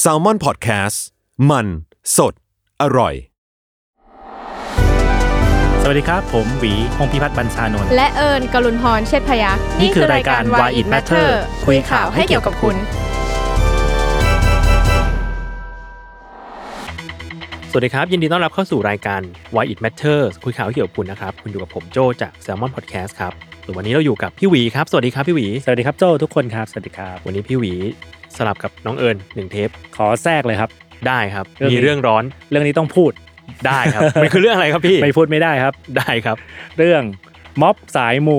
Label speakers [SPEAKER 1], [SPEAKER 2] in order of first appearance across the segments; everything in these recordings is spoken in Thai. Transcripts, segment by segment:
[SPEAKER 1] แซลมอนพอดแคสต์มันสดอร่อย
[SPEAKER 2] สวัสดีครับ ผมหวีพงพิพัฒน์บัญชานนท์
[SPEAKER 3] และเอิญกลุนพรเชษฐพยักษ์
[SPEAKER 2] นี่คือรายการ Why It Matter คุ
[SPEAKER 3] คุ
[SPEAKER 2] ย
[SPEAKER 3] ย
[SPEAKER 2] ข่า
[SPEAKER 3] ข่าว ว
[SPEAKER 2] ให้
[SPEAKER 3] ให้
[SPEAKER 2] เกี่
[SPEAKER 3] เกี่
[SPEAKER 2] ย
[SPEAKER 3] ยว ว
[SPEAKER 2] กั
[SPEAKER 3] กั
[SPEAKER 2] บบ คุ
[SPEAKER 3] คุณ ณ
[SPEAKER 2] สวัสดีครับ ยินดีต้อนรับเข้าสู่รายการ Why It Matters คุยข่าวเกี่ยวกับคุณนะครับ คุณอยู่กับผมโจจาก Salmon Podcast ครับส่วนวันนี้เราอยู่กับพี่หวีครับ สวัสดีครับพี่หวี
[SPEAKER 4] สวัสดีครับโจทุกคนครับ สวัสดีครับ
[SPEAKER 2] วันนี้พี่หวีสลับกับน้องเอิญหนึ่งเทป
[SPEAKER 4] ขอแทรกเลยครับ
[SPEAKER 2] ได้ครับ
[SPEAKER 4] เรื่องนี้
[SPEAKER 2] มีเรื่องร้อน
[SPEAKER 4] เรื่องนี้ต้องพูด
[SPEAKER 2] ได้ครับ มันคือเรื่องอะไรครับพี่
[SPEAKER 4] ไม่พูดไม่ได้ครับ
[SPEAKER 2] ได้ครับ
[SPEAKER 4] เรื่องม็อบสายมู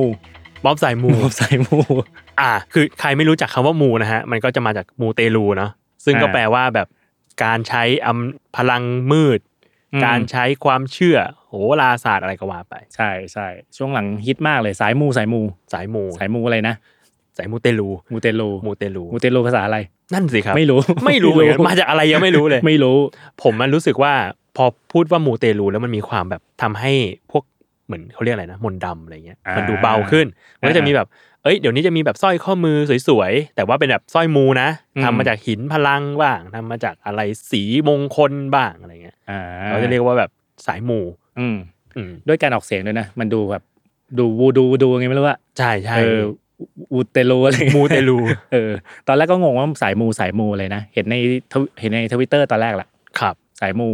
[SPEAKER 2] บ๊อบสายมู
[SPEAKER 4] ม็อบสายมู
[SPEAKER 2] อ่า คือใครไม่รู้จักคำว่ามูนะฮะมันก็จะมาจากมูเตลูเนาะซึ่งก็
[SPEAKER 4] อ่า
[SPEAKER 2] แปลว่าแบบการใช้อำพลังมืด การใช้ความเชื่อโหราศาสตร์อะไรก็ว่าไป
[SPEAKER 4] ใช่ใช่ช่วงหลังฮิตมากเลยสายมูสายมู
[SPEAKER 2] สายมู
[SPEAKER 4] สายมูอะไรนะ
[SPEAKER 2] สายมูเตลู
[SPEAKER 4] มูเตลู
[SPEAKER 2] มูเตลู
[SPEAKER 4] มูเตลูภาษาอะไร
[SPEAKER 2] นั่นสิครับ
[SPEAKER 4] ไม่รู้
[SPEAKER 2] ไม่รู้เหมือ นกันมาจากอะไรยังไม่รู้เลย
[SPEAKER 4] ไม่รู้
[SPEAKER 2] ผมมันรู้สึกว่าพอพูดว่ามูเตลูแล้วมันมีความแบบทำให้พวกเหมือนเขาเรียกอะไรนะมนต์ดำอะไรเงี้ย
[SPEAKER 4] อ่ามั
[SPEAKER 2] มันดูเบาขึ้นมันก็จะ
[SPEAKER 4] อ่ามี
[SPEAKER 2] มีแบบเอ้ยเดี๋ยวนี้จะมีแบบสร้อยข้อมือสวยๆ แต่ว่าเป็นแบบสร้อยมูนะ
[SPEAKER 4] อืม
[SPEAKER 2] ทำมาจากหินพลังบ้างทำมาจากอะไรสีมงคลบ้างอะไรเงี้ย
[SPEAKER 4] อ่า
[SPEAKER 2] เขาจะเรียกว่าแบบสายมู
[SPEAKER 4] อืม
[SPEAKER 2] อืม
[SPEAKER 4] ด้วยการออกเสียงด้วยนะ มันดูแบบดูวูดูวูดูไงไม่รู้ว่า
[SPEAKER 2] ใช่ใช่
[SPEAKER 4] เออวูเตลูอะไร
[SPEAKER 2] มูเตลู
[SPEAKER 4] เออ ตอนแรกก็งงว่าสายมูสายมูเลยนะ เห็นในทวิเห็นในทวิตเตอร์ตอนแรกแหละ
[SPEAKER 2] ครับ
[SPEAKER 4] สายมู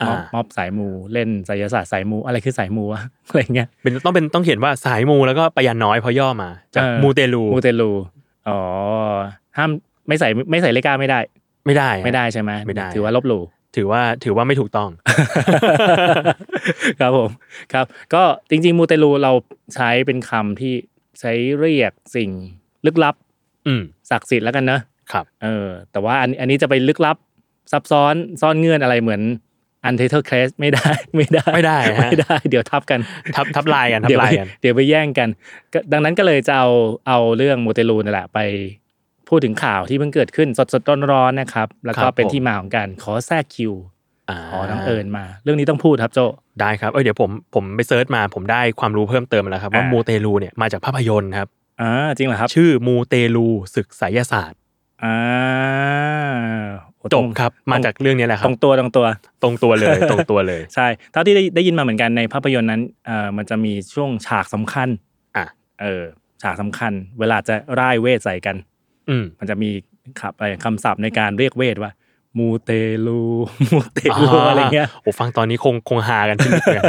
[SPEAKER 2] อ่า
[SPEAKER 4] ม็อบม็อบสายมูเล่นไสยศาสตร์สายมูอะไรคือสายมูวะ อะไรเงี้ย
[SPEAKER 2] เป็นต้องเป็นต้องเขียนว่าสายมูแล้วก็ปะยันน้อยเพราะย่อมาจาก
[SPEAKER 4] เออ
[SPEAKER 2] มูเตลู
[SPEAKER 4] มูเตลูอ๋อห้ามไม่ใส่ไม่ใส่เลก้าไม่ได้
[SPEAKER 2] ไม่ได้อะ
[SPEAKER 4] ไม่ได้ใช่ไหม
[SPEAKER 2] ไม่ได้
[SPEAKER 4] ถือว่าลบหลู่
[SPEAKER 2] ถือว่าถือว่าไม่ถูกต้อง
[SPEAKER 4] ครับผมครับ ก็จริงๆมูเตลูเราใช้เป็นคำที่ใช้เรียกสิ่งลึกลับ
[SPEAKER 2] อืม
[SPEAKER 4] ศักดิ์สิทธิ์แล้วกันนะครับ เออแต่ว่าอันอันนี้จะไปลึกลับซับซ้อนซ่อนเงื่อนอะไรเหมือนอันเทเทอร์เคสไม่ได้ไม่ได้
[SPEAKER 2] ไม่ได้ฮะ
[SPEAKER 4] ไม่ได้เดี๋ยวทับกัน
[SPEAKER 2] ทับทับลายกันทั
[SPEAKER 4] เดี๋
[SPEAKER 2] บ
[SPEAKER 4] ยว
[SPEAKER 2] ลาย
[SPEAKER 4] ไป
[SPEAKER 2] กัน
[SPEAKER 4] เดี๋ยวไปแย่งกันก็ดังนั้นก็เลยจะเอาเอาเรื่องมูเตลูนี่แหละไปพูดถึงข่าวที่เพิ่งเกิดขึ้นสดสดๆร้อนๆนะครับ แล้วก็
[SPEAKER 2] ครับ
[SPEAKER 4] เป็น
[SPEAKER 2] ผม
[SPEAKER 4] ที่มาของการขอแทรกคิว
[SPEAKER 2] อ่า
[SPEAKER 4] ขอน้องเอิญมา เรื่องนี้ต้องพูดครับโจ
[SPEAKER 2] ได้ครับเอ้ยเดี๋ยวผมผมไปเซิร์ชมาผมได้ความรู้เพิ่มเติมมาแล้วครับ ว่า
[SPEAKER 4] อ่า
[SPEAKER 2] มูเตลูเนี่ยมาจากภาพยนตร์ครับ
[SPEAKER 4] อ่าจริงเหรอครับ
[SPEAKER 2] ชื่อมูเตลูศึกไสยศาสตร์
[SPEAKER 4] อ่าโอ้
[SPEAKER 2] จ
[SPEAKER 4] ต
[SPEAKER 2] บ
[SPEAKER 4] ง
[SPEAKER 2] ครับ มาจากเรื่องนี้แหละครั
[SPEAKER 4] ต
[SPEAKER 2] บ
[SPEAKER 4] รงตัวตรงตัว
[SPEAKER 2] ตรงตัวเลย ตรงตัวเลย
[SPEAKER 4] ใช่เท่าที่ได้ได้ยินมาเหมือนกันในภาพยนตร์นั้นเอ่อมันจะมีช่วงฉากสำคัญ
[SPEAKER 2] อ่ะ
[SPEAKER 4] เออฉากสำคัญ เวลาจะร่ายเวทใส่กัน
[SPEAKER 2] อืม
[SPEAKER 4] มันจะมีขับอะไรคำศัพท์ในการเรียกเวทว่า มูเตลู มูเตลูอะไรเงี้ย
[SPEAKER 2] โอ้ฟังตอนนี้คงคงฮากันที่นึกเลย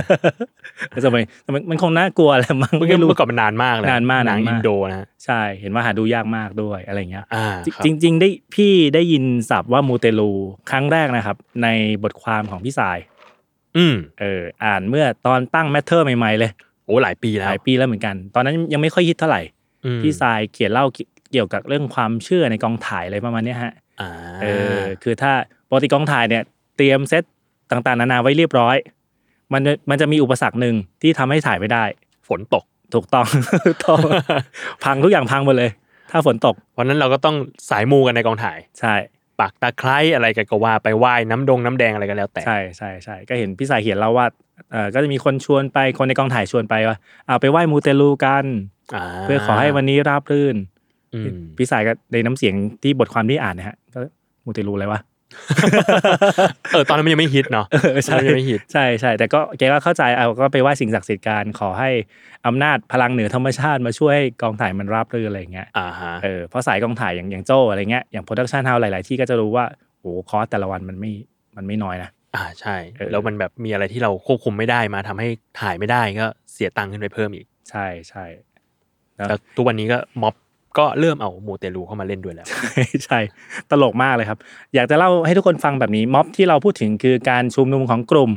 [SPEAKER 4] แล้วสมัยสมัยมันคงน่ากลัวแหละมั้ง
[SPEAKER 2] เมื่อกี้
[SPEAKER 4] ไม่รู้
[SPEAKER 2] เมื่อก่อนมันนานมากเลย
[SPEAKER 4] นานมาก
[SPEAKER 2] หนัง
[SPEAKER 4] นาน
[SPEAKER 2] อิ
[SPEAKER 4] มาก
[SPEAKER 2] นโดนะฮะ
[SPEAKER 4] ใช่ เห็นว่าหาดูยากมากด้วยอะไรเงี้ย
[SPEAKER 2] อ่าคบ
[SPEAKER 4] จริงจริง ๆ ได้พี่ได้ยินศัพท์ว่ามูเตลูครั้งแรกนะครับ ในบทความของพี่สาย
[SPEAKER 2] อืม
[SPEAKER 4] เอออ่านเมื่อตอนตั้งแมทเทอร์ใหม่ๆเลย
[SPEAKER 2] โอ้หลายปี
[SPEAKER 4] ห
[SPEAKER 2] แล้ว
[SPEAKER 4] ลายปีแล้วเหมือนกัน ตอนนั้นยังไม่ค่อยฮิตเท่าไหร่
[SPEAKER 2] อืม
[SPEAKER 4] พี่สายเขียนเล่าเกี่ยวกับเรื่องความเชื่อในกองถ่ายอะไรประมาณเนี้ยฮะ
[SPEAKER 2] อ่า
[SPEAKER 4] เออคือถ้าปกติกองถ่ายเนี่ยเตรียมเซตต่างๆ นานาไว้เรียบร้อย มันจะมันจะมีอุปสรรคหนึ่งที่ทำให้ถ่ายไม่ได้
[SPEAKER 2] ฝนตก
[SPEAKER 4] ถูกต้อง ถูกต้องพังทุกอย่างพังหมดเลย ถ้าฝนตก
[SPEAKER 2] วันนั้นเราก็ต้องสายมูกันในกองถ่าย
[SPEAKER 4] ใช่
[SPEAKER 2] ปักตะไคร้อะไรกันก็ว่าไปไหว้น้ำดงน้ำแดงอะไรกันแล้วแต่
[SPEAKER 4] ใช่ใช่ใช่ก็เห็นพี่สายเขียนเล่าว่าเออก็จะมีคนชวนไปคนในกองถ่ายชวนไปว่าเอาไปไหว้มูเตลูกัน
[SPEAKER 2] า
[SPEAKER 4] เพื่อขอให้วันนี้ราบรื่น
[SPEAKER 2] อืม
[SPEAKER 4] พี่สายก็ในน้ำเสียงที่บทความที่อ่านนะฮะก็มูเตลูอะไรวะ
[SPEAKER 2] เออตอนนั้นมันยังไม่ฮิตเนาะ
[SPEAKER 4] เออใช่
[SPEAKER 2] ตอนนั้นยังไม่ฮิต
[SPEAKER 4] ใช่ใช่แต่ก็แกก็เข้าใจเอาก็ไปไหว้สิ่งศักดิ์สิทธิ์การขอให้อำนาจพลังเหนือธรรมชาติมาช่วยให้กองถ่ายมันราบรื่นอะไรอย่างเงี้ย
[SPEAKER 2] อ่าฮะ
[SPEAKER 4] เออเพราะสายกองถ่ายอย่างอย่างโจ้อะไรเงี้ยอย่างโปรดักชันเฮาหลาย ๆ ที่ก็จะรู้ว่าโอ้คอสแต่ละวันมันไม่มันไม่น้อยนะ
[SPEAKER 2] อ่าใช่
[SPEAKER 4] เออ
[SPEAKER 2] แล้วมันแบบมีอะไรที่เราควบคุมไม่ได้มาทำให้ถ่ายไม่ได้ก็เสียตังค์ขึ้นไปเพิ่มอีก
[SPEAKER 4] ใช่ใช่ ครับ
[SPEAKER 2] แล้วทุกวันนี้ก็ม็อบก็เริ่มเอามูเตลูเข้ามาเล่นด้วยแล้ว
[SPEAKER 4] ใช่ตลกมากเลยครับ อยากจะเล่าให้ทุกคนฟังแบบนี้ม็อบที่เราพูดถึงคือการชุมนุมของกลุ่ม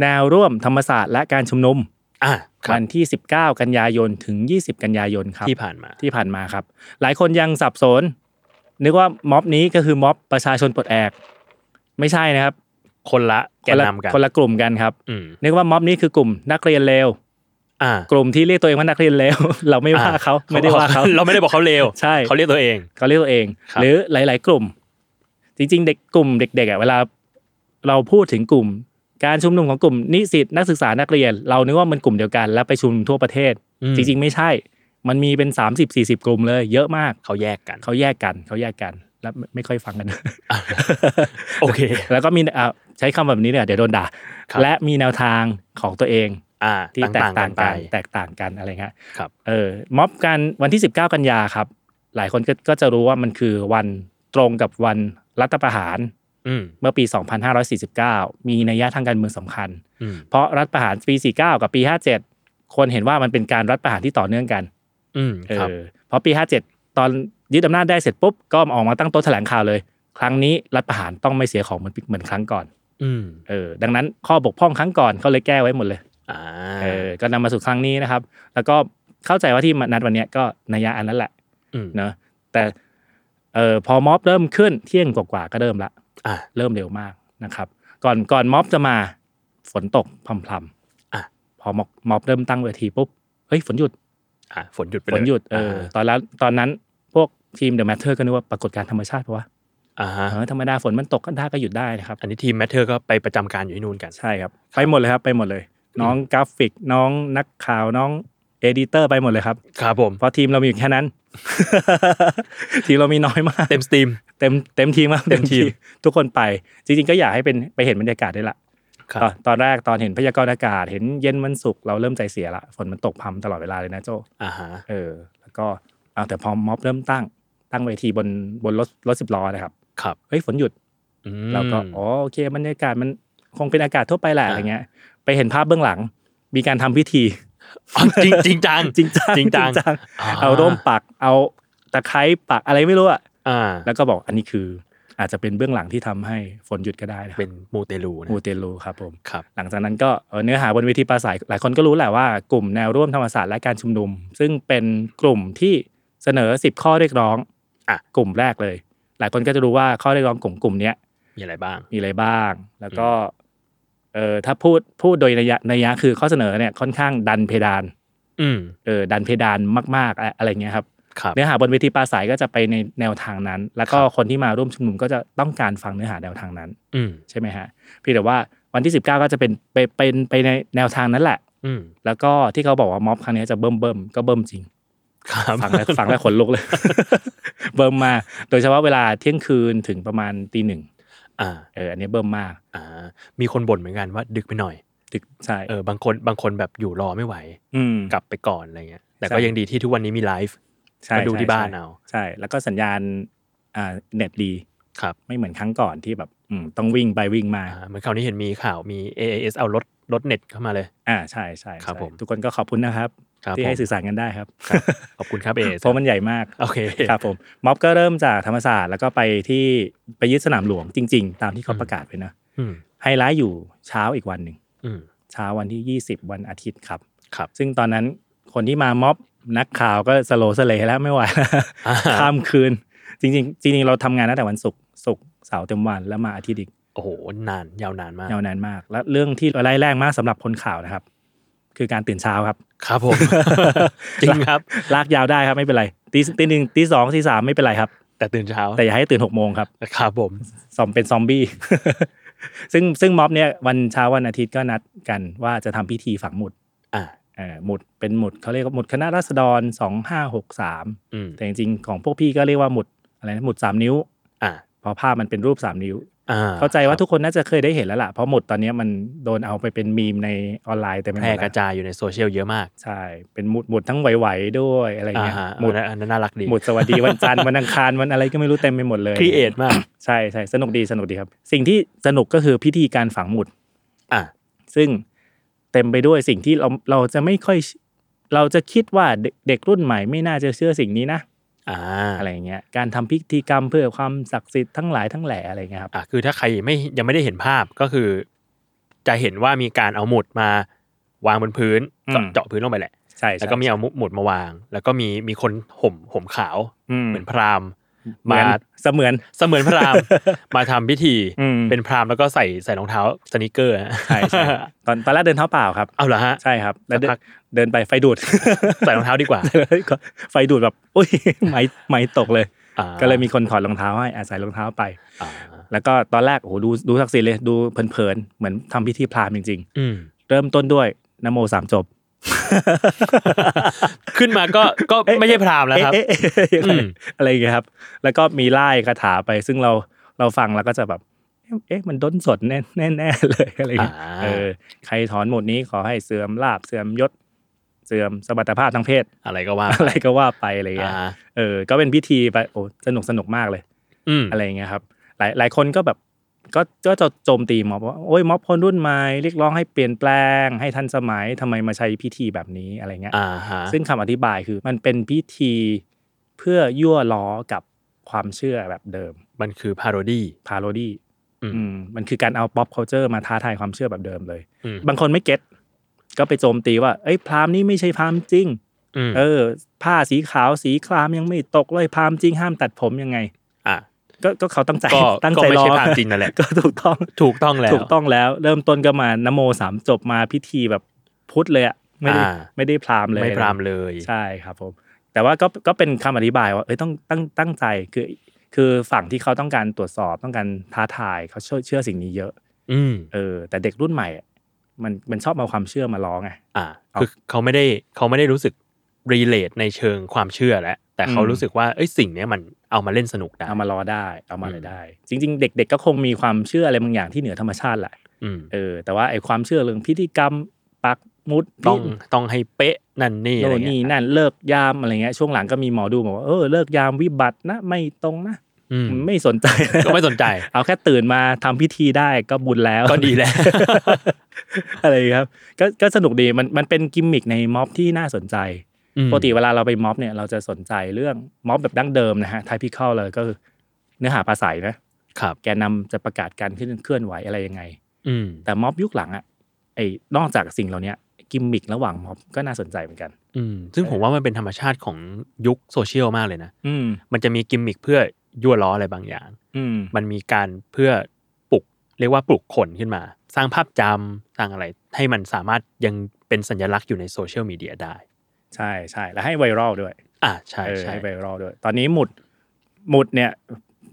[SPEAKER 4] แนวร่วมธรรมศาสตร์และการชุมนุม
[SPEAKER 2] อ่าครับ
[SPEAKER 4] วันที่ 19 กันยายนถึง 20 กันยายนครับ
[SPEAKER 2] ที่ผ่านมา
[SPEAKER 4] ที่ผ่านมาครับ หลายคนยังสับสน นึกว่าม็อบนี้ก็คือม็อบประชาชนปลดแอก ไม่ใช่นะครับ
[SPEAKER 2] คนละแก
[SPEAKER 4] คน ละ
[SPEAKER 2] นำกัน
[SPEAKER 4] คนละกลุ่มกันครับ
[SPEAKER 2] อืม
[SPEAKER 4] นึกว่าม็อบนี้คือกลุ่มนักเรียนเลว
[SPEAKER 2] อ่าก
[SPEAKER 4] ลุ่มที่เรียกตัวเองว่านักเรียนเลว เราไม่ว่าเขาไม่ได้ว่าเขา
[SPEAKER 2] เรา ไม่ได้บอกเขาเลว
[SPEAKER 4] ใช่
[SPEAKER 2] เขาเรียกตัวเอง
[SPEAKER 4] เขาเรียกตัวเอง
[SPEAKER 2] ครับ
[SPEAKER 4] หรือหลาย ๆ กลุ่ม จริง ๆ เด็กกลุ่มเด็กๆอ่ะเวลา เราพูดถึงกลุ่ม การชุมนุมของกลุ่มนิสิตนักศึกษานักเรียน เรานึกว่ามันกลุ่มเดียวกัน แล้วไปชุมนุมทั่วประเทศ
[SPEAKER 2] อืม
[SPEAKER 4] จริง ๆ ไม่ใช่ มันมีเป็น 30-40 กลุ่มเลย เยอะมาก
[SPEAKER 2] เขาแยกกัน
[SPEAKER 4] เขาแยกกันเขาแยกกัน แล้วไม่ไม่ค่อยฟังกัน
[SPEAKER 2] โอเค
[SPEAKER 4] แล้วก็มีอ่ะใช้คำแบบนี้เนี่ยเดี๋ยวโดนด่า
[SPEAKER 2] ครับ
[SPEAKER 4] และมีแนวทางของตัวเอง
[SPEAKER 2] อ่า
[SPEAKER 4] ที่แตก
[SPEAKER 2] กั
[SPEAKER 4] ต่า
[SPEAKER 2] น
[SPEAKER 4] ง
[SPEAKER 2] ไป
[SPEAKER 4] กันแตกต่างกันอะไรเงี้ย
[SPEAKER 2] ครับ
[SPEAKER 4] เออม็อบกันวันที่ 19 กันยาครับ หลายคนก็ก็จะรู้ว่ามันคือวันตรงกับวันรัฐประหาร
[SPEAKER 2] อืม
[SPEAKER 4] เมื่อปี 2549 มีนัยยะทางการเมืองสำคัญ
[SPEAKER 2] อืม
[SPEAKER 4] เพราะรัฐประหารปี 49 กับปี 57 คนเห็นว่ามันเป็นการรัฐประหารที่ต่อเนื่องกัน
[SPEAKER 2] อืม
[SPEAKER 4] เอ
[SPEAKER 2] ครับ
[SPEAKER 4] อเพราะปี 57 ตอนยึดอำนาจได้เสร็จปุ๊บ ก็ออกมาตั้งโต๊ะแถลงข่าวเลย ครั้งนี้รัฐประหารต้องไม่เสียของเหมือนเหมือนครั้งก่อน
[SPEAKER 2] อืม
[SPEAKER 4] เออดังนั้นข้อบกพร่องครั้งก่อนเขาเลยแก้ไว้หมดเลย
[SPEAKER 2] อ่า
[SPEAKER 4] เออก็นำมาสู่ครั้งนี้นะครับ แล้วก็เข้าใจว่าที่มานัดวันเนี้ยก็นัยยะอันนั้นแหละ
[SPEAKER 2] อืม
[SPEAKER 4] เนอะแต่เออพอม็อบเริ่มขึ้นเที่ยงกว่าๆก็เริ่มละ
[SPEAKER 2] อ่า
[SPEAKER 4] เริ่มเร็วมากนะครับ ก่อนก่อนม็อบจะมาฝนตกพรำ
[SPEAKER 2] ะ
[SPEAKER 4] ๆพอม็อบม็อบเริ่มตั้งเวทีปุ๊บเฮ้ยฝนหยุด
[SPEAKER 2] อ่าฝนหยุดไป
[SPEAKER 4] ฝนหยุดเออ
[SPEAKER 2] อ
[SPEAKER 4] ตอนแล้วตอนนั้นพวกทีมเดอะแมทเทอร์ก็นึกว่าปรากฏการณ์ธรรมชาติเพราะว่า
[SPEAKER 2] อ่าฮะ
[SPEAKER 4] ธรรมดาฝนมันตกก็ได้ก็หยุดได้นะครับ
[SPEAKER 2] อันนี้ทีมแมทเธอร์ก็ไปประจำการอยู่ที่นู่นกัน
[SPEAKER 4] ใช่ครับ ไปหมดเลยครับไปหมดเลย น้องกราฟิกน้องนักข่าวน้องเอดิเตอร์ไปหมดเลยครับ
[SPEAKER 2] ครับผม
[SPEAKER 4] เพราะทีมเรามีอยู่แค่ นั้น ทีมเรามีน้อยมาก
[SPEAKER 2] เต็มสตรีม
[SPEAKER 4] เต็มเต็มทีมครับ
[SPEAKER 2] เต็มทีม
[SPEAKER 4] ทุกคนไป จริงๆก็อยากให้เป็นไปเห็นบรรยากาศได้วยละ
[SPEAKER 2] ครับ
[SPEAKER 4] ตอนตอนแรกตอนเห็นพยากรณ์อากาศ เห็นเย็นวันศุกร์เราเริ่มใจเสียละฝนมันตกพรำตลอดเวลาเลยนะโจ
[SPEAKER 2] อ่าฮะ
[SPEAKER 4] เออแล้วก็เอาแต่พอม็อบเริ่มตั้ง ตั้งเวทีบนบนรถรถสิบล้อนะครับ
[SPEAKER 2] ครับ
[SPEAKER 4] เฮ้ยฝนหยุด
[SPEAKER 2] อืม
[SPEAKER 4] เราก็อ๋อโอเคบรรยากาศมันคงเป็นอากาศทั่วไปแหละ
[SPEAKER 2] อ่า
[SPEAKER 4] อะไรเงี้ย ไปเห็นภาพเบื้องหลัง มีการทำพิธี
[SPEAKER 2] อ๋อ จริงจริงจัง
[SPEAKER 4] จริงจัง
[SPEAKER 2] จริงจัง
[SPEAKER 4] เอาร่มปักเอาตะไคร้ปักอะไรไม่รู้อะ
[SPEAKER 2] อ่า
[SPEAKER 4] แล้วก็บอกอันนี้คือ อาจจะเป็นเบื้องหลังที่ทำให้ฝนหยุดก็ได้นะครับ
[SPEAKER 2] เป็นมูเตลูนะ
[SPEAKER 4] มูเตลูครับผม
[SPEAKER 2] ครับ
[SPEAKER 4] หลังจากนั้นก็เอ่อเนื้อหาบนเวทีปราศัยหลายคนก็รู้แหละว่ากลุ่มแนวร่วมธรรมศาสตร์และการชุมนุม ซึ่งเป็นกลุ่มที่เสนอ 10 ข้อเรียกร้อง
[SPEAKER 2] อ่ะ
[SPEAKER 4] กลุ่มแรกเลย หลายคนก็จะรู้ว่าข้อเรียกร้องกลุ่มกลุ่มเนี้ย
[SPEAKER 2] มีอะไรบ้าง
[SPEAKER 4] มีอะไรบ้าง แล้วก็เออถ้าพูดพูดโดยนัยยะนัยยะคือข้อเสนอเนี่ยค่อนข้างดันเพดาน
[SPEAKER 2] อืม
[SPEAKER 4] เออดันเพดานมากๆอะอะไรเงี้ยครับ
[SPEAKER 2] ครับ
[SPEAKER 4] เนื้อหาบนเวทีปราศัยก็จะไปในแนวทางนั้น แล้วก็คนที่มาร่วมชุมนุมก็จะต้องการฟังเนื้อหาแนวทางนั้น
[SPEAKER 2] อืม
[SPEAKER 4] ใช่ไหมฮะเพี่แต่ว่าวันที่ 19 ก็จะเป็นไปเป็นไปในแนวทางนั้นแหละ
[SPEAKER 2] อืม
[SPEAKER 4] แล้วก็ที่เขาบอกว่าม็อบครั้งนี้จะเบิ่มเบิ่มก็เบิ่มจริง
[SPEAKER 2] ครับ
[SPEAKER 4] ฟังแล้วฟังแล้วขนลุกเลย เบิ่มมากโดยเฉพาะเวลาเที่ยงคืนถึงประมาณตีหนึ่ง
[SPEAKER 2] อ่า
[SPEAKER 4] เอออันนี้เบิ่มมาก
[SPEAKER 2] อ่า มีคนบ่นเหมือนกันว่าดึกไปหน่อย
[SPEAKER 4] ถึกใช่
[SPEAKER 2] เออ บางคนบางคนแบบอยู่รอไม่ไหว
[SPEAKER 4] อืม
[SPEAKER 2] กลับไปก่อนอะไรเงี้ย แต่ก็
[SPEAKER 4] ใช่
[SPEAKER 2] ยังดีที่ทุกวันนี้มีไลฟ์
[SPEAKER 4] ใช่
[SPEAKER 2] มาดูที่
[SPEAKER 4] ใช่
[SPEAKER 2] บ้าน
[SPEAKER 4] ใช่
[SPEAKER 2] เอา
[SPEAKER 4] ใช่ แล้วก็สัญญาณอ่าเน็ตดี
[SPEAKER 2] ครับ
[SPEAKER 4] ไม่เหมือนครั้งก่อนที่แบบอืมต้องวิ่งไปวิ่งมา
[SPEAKER 2] อ่าเหมือนคราวนี้เห็นมีข่าวมี AAS เอารถรถเน็ตเข้ามาเลย
[SPEAKER 4] อ่าใช่ใช่
[SPEAKER 2] ครับผม
[SPEAKER 4] ทุกคนก็ขอบคุณนะครับ
[SPEAKER 2] ครับ
[SPEAKER 4] ที่ให้
[SPEAKER 2] ผม
[SPEAKER 4] สื่อสารกันได้ครับ
[SPEAKER 2] ขอบคุณครับ AAS
[SPEAKER 4] เพราะมันใหญ่มาก
[SPEAKER 2] โอเค
[SPEAKER 4] ครับผมม็อบก็เริ่มจากธรรมศาสตร์แล้วก็ไปที่ไปยึดสนามหลวงจริง ๆ ตามที่เขา
[SPEAKER 2] อืม
[SPEAKER 4] ประกาศไว้นะ
[SPEAKER 2] อืม
[SPEAKER 4] ไฮไลท์อยู่เช้าอีกวันหนึ่ง
[SPEAKER 2] อืม
[SPEAKER 4] เช้าวันที่ 20 วันอาทิตย์ครับ
[SPEAKER 2] ครับ
[SPEAKER 4] ซึ่งตอนนั้นคนที่มาม็อบนักข่าวก็สโลว์สเลย์แล้วไม่ไหวแล้ว
[SPEAKER 2] อ่า
[SPEAKER 4] ข้ามคืน จริงๆจริงๆเราทำงานตั้งแต่วันศุกร์ศุกร์เสาร์เต็มวันแล้วมาอาทิตย์อีก
[SPEAKER 2] โอ้โหนานยาวนานมาก
[SPEAKER 4] ยาวนานมาก และเรื่องที่ไล่แรงมากสำหรับคนข่าวนะครับ คือการตื่นเช้าครับ
[SPEAKER 2] ครับผม จริงครับ
[SPEAKER 4] ลากยาวได้ครับไม่เป็นไรตีตีหนึ่งตีสองตีสามไม่เป็นไรครับ
[SPEAKER 2] แต่ตื่นเช้า
[SPEAKER 4] แต่อย่าให้ตื่นหกโมงครับ
[SPEAKER 2] ครับผม
[SPEAKER 4] ซอมเป็นซอมบี้ ซึ่งซึ่งม็อบเนี่ยวันเช้าวันอาทิตย์ก็นัดกันว่าจะทำพิธีฝังหมุด
[SPEAKER 2] อ่า
[SPEAKER 4] เอ่อหมุดเป็นหมุดเขาเรียกว่าหมุดคณะราษฎรสองห้าหกสาม
[SPEAKER 2] อืม
[SPEAKER 4] แต่จริงๆของพวกพี่ก็เรียกว่าหมุดอะไรนะหมุดสามนิ้ว
[SPEAKER 2] อ่า
[SPEAKER 4] เพราะภาพมันเป็นรูปสามนิ้ว
[SPEAKER 2] อ่า
[SPEAKER 4] เข้าใจว่าทุกคนน่าจะเคยได้เห็นแล้วล่ะ เพราะหมุดตอนเนี้ยมันโดนเอาไปเป็นมีมในออนไลน์แต่ไม่
[SPEAKER 2] แพ
[SPEAKER 4] ห
[SPEAKER 2] ร่
[SPEAKER 4] มด
[SPEAKER 2] ก
[SPEAKER 4] แล้
[SPEAKER 2] ระ
[SPEAKER 4] ว
[SPEAKER 2] จายอยู่ในโซเชียลเยอะมาก
[SPEAKER 4] ใช่ เป็นหมุดหมุดทั้งไหวๆด้วยอะไร
[SPEAKER 2] อ่า
[SPEAKER 4] เงี้ย
[SPEAKER 2] ฮะ
[SPEAKER 4] หมุด
[SPEAKER 2] อันนั้นน่ารักดี
[SPEAKER 4] หมุดสวัสดีวันจันทร์วันอังคารวันอะไรก็ไม่รู้เต็มไปหมดเลย
[SPEAKER 2] ครีเอทมาก
[SPEAKER 4] ใช่ใช่สนุกดีสนุกดีครับ สิ่งที่สนุกก็คือพิธีการฝังหมุด
[SPEAKER 2] อ่า
[SPEAKER 4] ซึ่งเต็มไปด้วยสิ่งที่เราเราจะไม่ค่อย เราจะคิดว่าเด็กเด็กรุ่นใหม่ไม่น่าจะเชื่อสิ่งนี้นะ
[SPEAKER 2] อ่า
[SPEAKER 4] อะไรอย่างเงี้ยการทำพิธีกรรมเพื่อความศักดิ์สิทธิ์ทั้งหลายทั้งแหล่อะไรอย่างเงี้ยครับ
[SPEAKER 2] อ่าคือถ้าใครไม่ยังไม่ได้เห็นภาพก็คือ จะเห็นว่ามีการเอาหมุดมาวางบนพื้นเจาะเจาะพื้นลงไปแหละ
[SPEAKER 4] ใช่
[SPEAKER 2] แล้วก็มีเอาหมุดมาวาง แล้วก็มีมีคนห่มห่มขาว
[SPEAKER 4] เห
[SPEAKER 2] เห
[SPEAKER 4] มื
[SPEAKER 2] มื
[SPEAKER 4] อ
[SPEAKER 2] อน นพราหมณ์
[SPEAKER 4] มา
[SPEAKER 2] มา
[SPEAKER 4] เสมือน
[SPEAKER 2] เสมือนพ ราหมณ์ มาทำพิธี
[SPEAKER 4] อืม
[SPEAKER 2] เป็นพราหมณ์แล้วก็ใส่ใส่รองเท้าสนิเกอร์นะ
[SPEAKER 4] ใช่ใช่ ตอนตอนแรกเดินเท้าเปล่าครับ
[SPEAKER 2] เอาเหรอฮะ
[SPEAKER 4] ใช่ครับแล้วเดิน
[SPEAKER 2] สักพัก
[SPEAKER 4] เดินไปไฟดูด
[SPEAKER 2] ใส่รอง เท้าดีกว่า
[SPEAKER 4] ไฟดูดแบบอุ้ยไม้ไม้ตกเลย
[SPEAKER 2] อ่า
[SPEAKER 4] ก็เลยมีคนถอดรองเท้าให้อาศัยรองเท้าไป
[SPEAKER 2] อ่า
[SPEAKER 4] แล้วก็ตอนแรกโอ้โหดูดูศั กดิ์สิทธิ์เลยดูเพลินๆเหมือนทำพิธีพราหมณ์จริง
[SPEAKER 2] อืม
[SPEAKER 4] ๆ เริ่มต้นด้วยนะโมสามจบ
[SPEAKER 2] ขึ้นมาก็ก็
[SPEAKER 4] เอ๊ะ
[SPEAKER 2] ไม่ใช่พราหมณ์แล้วครับ
[SPEAKER 4] เอ๊ะเอ๊ะเอ๊ะยังไง
[SPEAKER 2] อืม
[SPEAKER 4] อะไรอย่างเงี้ยครับ แล้วก็มีไล่คาถาไป ซึ่งเราเราฟังแล้วก็จะแบบ เอ๊ะเอ๊ะมันด้นสดแน่แน่แน่เลยอะไรอย่างเงี้ย
[SPEAKER 2] อ่า
[SPEAKER 4] เออ ใครถอนหมดนี้ขอให้เสื่อมลาบเสื่อมยศ เสื่อมสมรรถภาพทางเพศ
[SPEAKER 2] อะไรก็ว่า
[SPEAKER 4] อะไรก็ว่าไปอะไรอย่างเงี้ย
[SPEAKER 2] อ่า
[SPEAKER 4] เออ ก็เป็นพิธีไป โอ้ สนุกสนุกมากเลย
[SPEAKER 2] อืม
[SPEAKER 4] อะไรอย่างเงี้ยครับ หลายหลายคนก็แบบ ก็ก็จะโจมตีม็อบว่า โอ้ยม็อบคนรุ่นใหม่ เรียกร้องให้เปลี่ยนแปลง ให้ทันสมัย ทำไมมาใช้พิธีแบบนี้อะไรเงี้ย
[SPEAKER 2] อ่าฮะ
[SPEAKER 4] ซึ่งคำอธิบายคือมันเป็นพิธีเพื่อยั่วล้อกับความเชื่อแบบเดิม
[SPEAKER 2] มันคือพาโรดี้
[SPEAKER 4] พาโรดี้
[SPEAKER 2] อืม
[SPEAKER 4] มันคือการเอา pop culture มาท้าทายความเชื่อแบบเดิมเลย
[SPEAKER 2] อืม
[SPEAKER 4] บางคนไม่เก็ตก็ไปโจมตีว่า เอ้ยพราหมณ์นี่ไม่ใช่พราหมณ์จริง
[SPEAKER 2] อืม
[SPEAKER 4] เออ ผ้าสีขาวสีครามยังไม่ตกเลยพราหมณ์จริงห้ามตัดผมยังไง
[SPEAKER 2] อ่ะ
[SPEAKER 4] ก็ก็เขาตั้งใจ
[SPEAKER 2] ก็
[SPEAKER 4] ตั้งใจ
[SPEAKER 2] ก็ไม่
[SPEAKER 4] ล้อ
[SPEAKER 2] ใช่พราหมณ์จริงนั่นแหละ
[SPEAKER 4] ก็ถูกต้อง
[SPEAKER 2] ถูกต้องแล้ว
[SPEAKER 4] ถูกต้องแล้ว เริ่มต้นก็มานโมสามจบมาพิธีแบบพุทธเลยอะไม่ได้
[SPEAKER 2] อ่า
[SPEAKER 4] ไม่ได้พราหมณ์เลย
[SPEAKER 2] ไม่พราหมณ์เลย
[SPEAKER 4] ใช่ครับผม แต่ว่าก็ก็เป็นคำอธิบายว่าเอ้ยต้องตั้งตั้งใจคือ คือฝั่งที่เขาต้องการตรวจสอบต้องการท้าทายเขาเชื่อเชื่อสิ่งนี้เยอะ
[SPEAKER 2] อืม
[SPEAKER 4] เออแต่เด็กรุ่นใหม่อะมันมันชอบเอาความเชื่อมาล้อไง
[SPEAKER 2] อ่า คือเขาไม่ได้เขาไม่ได้รู้สึกรีเลทในเชิงความเชื่อแล้ว แต่เขา
[SPEAKER 4] อืม
[SPEAKER 2] รู้สึกว่าเอ้ยสิ่งเนี้ยมันเอามาเล่นสนุกได้
[SPEAKER 4] เอามาล้อได้เอามาอะไร
[SPEAKER 2] อืม
[SPEAKER 4] ได้ จริง ๆ เด็ก ๆ ก็คงมีความเชื่ออะไรบางอย่างที่เหนือธรรมชาติแหละ
[SPEAKER 2] อืม
[SPEAKER 4] เออแต่ว่าไอ้ความเชื่อเรื่องพิธีกรรมปักมุด
[SPEAKER 2] ต้องต้องให้เป๊ะนั่นนี่
[SPEAKER 4] พิธี
[SPEAKER 2] อะไร
[SPEAKER 4] โน่นนี่
[SPEAKER 2] เงี้ย
[SPEAKER 4] นั่นเลิกยามอะไรเงี้ยช่วงหลังก็มีหมอดูบอกว่าเออเลิกยามวิบัตินะไม่ตรงนะ
[SPEAKER 2] อืม
[SPEAKER 4] ไม่สนใจ
[SPEAKER 2] ก็ไม่สนใจ
[SPEAKER 4] เอาแค่ตื่นมาทำพิธีได้ก็บุญแล้ว
[SPEAKER 2] ก็ดีแล้ว
[SPEAKER 4] อะไรอย่างเงี้ยครับก็ก็สนุกดีมันมันเป็นกิมมิกในม็อบที่น่าสนใจ
[SPEAKER 2] อืม
[SPEAKER 4] ปกติเวลาเราไปม็อบเนี่ยเราจะสนใจเรื่องม็อบแบบดั้งเดิมนะฮะไทพิคอลเลยก็คือเนื้อหาปราศัยนะครับ แกนนำจะประกาศการเคลื่อนเคลื่อนไหวอะไรยังไง
[SPEAKER 2] อืม
[SPEAKER 4] แต่ม็อบยุคหลังอะไอ้นอกจากสิ่งเหล่าเนี้ยกิมมิกระหว่างม็อบก็น่าสนใจเหมือนกัน
[SPEAKER 2] อืมซึ่งผมว่ามันเป็นธรรมชาติของยุคโซเชียลมากเลยนะ
[SPEAKER 4] อืม
[SPEAKER 2] มันจะมีกิมมิคเพื่อยั่วล้ออะไรบางอย่าง
[SPEAKER 4] อืม
[SPEAKER 2] มันมีการเพื่อปลุก เรียกว่าปลุกคนขึ้นมา สร้างภาพจำสร้างอะไร ให้มันสามารถยังเป็นสัญลักษณ์อยู่ในโซเชียลมีเดียได้
[SPEAKER 4] ใช่ใช่แล้วให้ไวรัลด้วย
[SPEAKER 2] อ่าใช่
[SPEAKER 4] เออ
[SPEAKER 2] ใช่
[SPEAKER 4] ให้ไวรัลด้วย ตอนนี้หมุดหมุดเนี่ย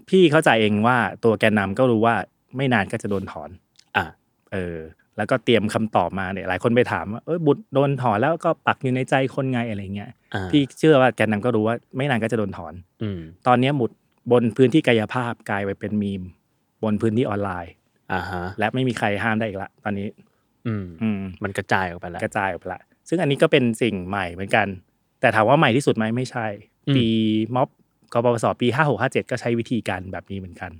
[SPEAKER 4] พี่เข้าใจเองว่าตัวแกนนำก็รู้ว่าไม่นานก็จะโดนถอน
[SPEAKER 2] อ่ะ
[SPEAKER 4] เออ แล้วก็เตรียมคำตอบมาเนี่ยหลายคนไปถามว่าเอยบุตรโดนถอนแล้วก็ปักอยู่ในใจคนไงอะไรเงี้ย
[SPEAKER 2] อ่า
[SPEAKER 4] พี่เชื่อว่าแกนนำก็รู้ว่าไม่นานก็จะโดนถอน
[SPEAKER 2] อืม
[SPEAKER 4] ตอนนี้หมุดบนพื้นที่กายภาพกลายไปเป็นมีม บนพื้นที่ออนไลน์
[SPEAKER 2] อ่าฮะ
[SPEAKER 4] และไม่มีใครห้ามได้อีกละ ตอนนี้
[SPEAKER 2] อืม
[SPEAKER 4] อืม
[SPEAKER 2] มันกระจายออกไปแล้ว
[SPEAKER 4] กระจายออกไปละ ซึ่งอันนี้ก็เป็นสิ่งใหม่เหมือนกัน แต่ถามว่าใหม่ที่สุดไหมไม่ใช่
[SPEAKER 2] อืม
[SPEAKER 4] ปีม็อบกปปสปี 5657 ก็ใช้วิธีการแบบนี้เหมือนกัน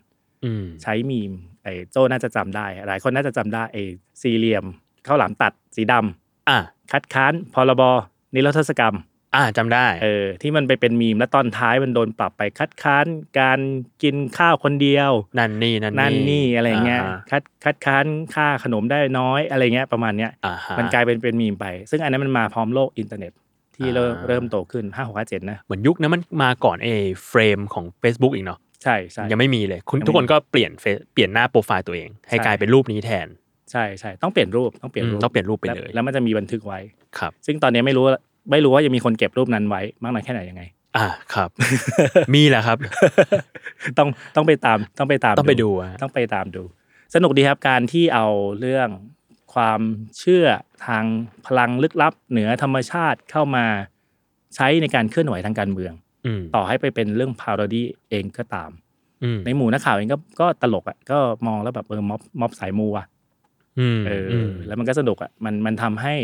[SPEAKER 2] อืม
[SPEAKER 4] ใช้มีมไอ้โจน่าจะจำได้ หลายคนน่าจะจำได้ไอ้สี่เหลี่ยมข้าวหลามตัดสีดำ
[SPEAKER 2] อ่ะ
[SPEAKER 4] คัดค้านพรบนิรโทษกรรม
[SPEAKER 2] อ่าจำได้
[SPEAKER 4] เออที่มันไปเป็นมีมและตอนท้ายมันโดนปรับไปคัดค้านการกินข้าวคนเดียว
[SPEAKER 2] นั่นนี่นั่น
[SPEAKER 4] นั่นนี่อะไรเงี้ย
[SPEAKER 2] าฮะ
[SPEAKER 4] คัดคัดค้านค่าขนมได้น้อยอะไรเงี้ยประมาณเนี้ย
[SPEAKER 2] อ่าฮะ
[SPEAKER 4] มันกลายเป็นเป็นมีมไป ซึ่งอันนั้นมันมาพร้อมโลกอินเทอร์เน็ต ที่เริ่ม
[SPEAKER 2] อ่า
[SPEAKER 4] เริ่มโตขึ้น 5 6 5 7 นะ
[SPEAKER 2] เหมือนยุคนั้นมันมาก่อนเอเฟรมของ Facebook อีกเนาะ
[SPEAKER 4] ใช่ใช่
[SPEAKER 2] ยังไม่มีเลยคุณ
[SPEAKER 4] ยังไม่มี
[SPEAKER 2] ทุกคนก็เปลี่ยน face- เปลี่ยนหน้าโปรไฟล์ตัวเอง ให้
[SPEAKER 4] ใช่
[SPEAKER 2] กลายเป็นรูปนี้แทน
[SPEAKER 4] ใช่ใช่ต้องเปลี่ยนรูปต้องเปลี่ยนรูป
[SPEAKER 2] อืมต้องเปลี่ยนรูปไป
[SPEAKER 4] แว
[SPEAKER 2] เลย
[SPEAKER 4] แล้วมันจะมีบันทึกไว้
[SPEAKER 2] ครับ
[SPEAKER 4] ซึ่งตอนนี้ไม่รู้ว่าไม่รู้ว่ายังมีคนเก็บรูปนั้นไว้มากน้อยแค่ไหนยังไง
[SPEAKER 2] อ่าครับ มีแหละครับ
[SPEAKER 4] ต้องต้องไปตามต้องไปตาม
[SPEAKER 2] ต้องไปดูอะ
[SPEAKER 4] ต้องไปตามดู สนุกดีครับการที่เอาเรื่องความเชื่อทางพลังลึกลับ เหนือธรรมชาติเข้ามาใช้ในการเคลื่อนไหวทางการเมือง
[SPEAKER 2] อืม
[SPEAKER 4] ต่อให้ไปเป็นเรื่องพาโรดี้เองก็ตาม
[SPEAKER 2] อืม
[SPEAKER 4] ในหมู่นักข่าวเองก็ก็ตลกอ่ะก็มองแล้วแบบเออม็อบม็อบสายมูอ่ะ
[SPEAKER 2] อืม
[SPEAKER 4] เอออ
[SPEAKER 2] ม
[SPEAKER 4] แล้วมันก็สนุกอ่ะมันมันทำให้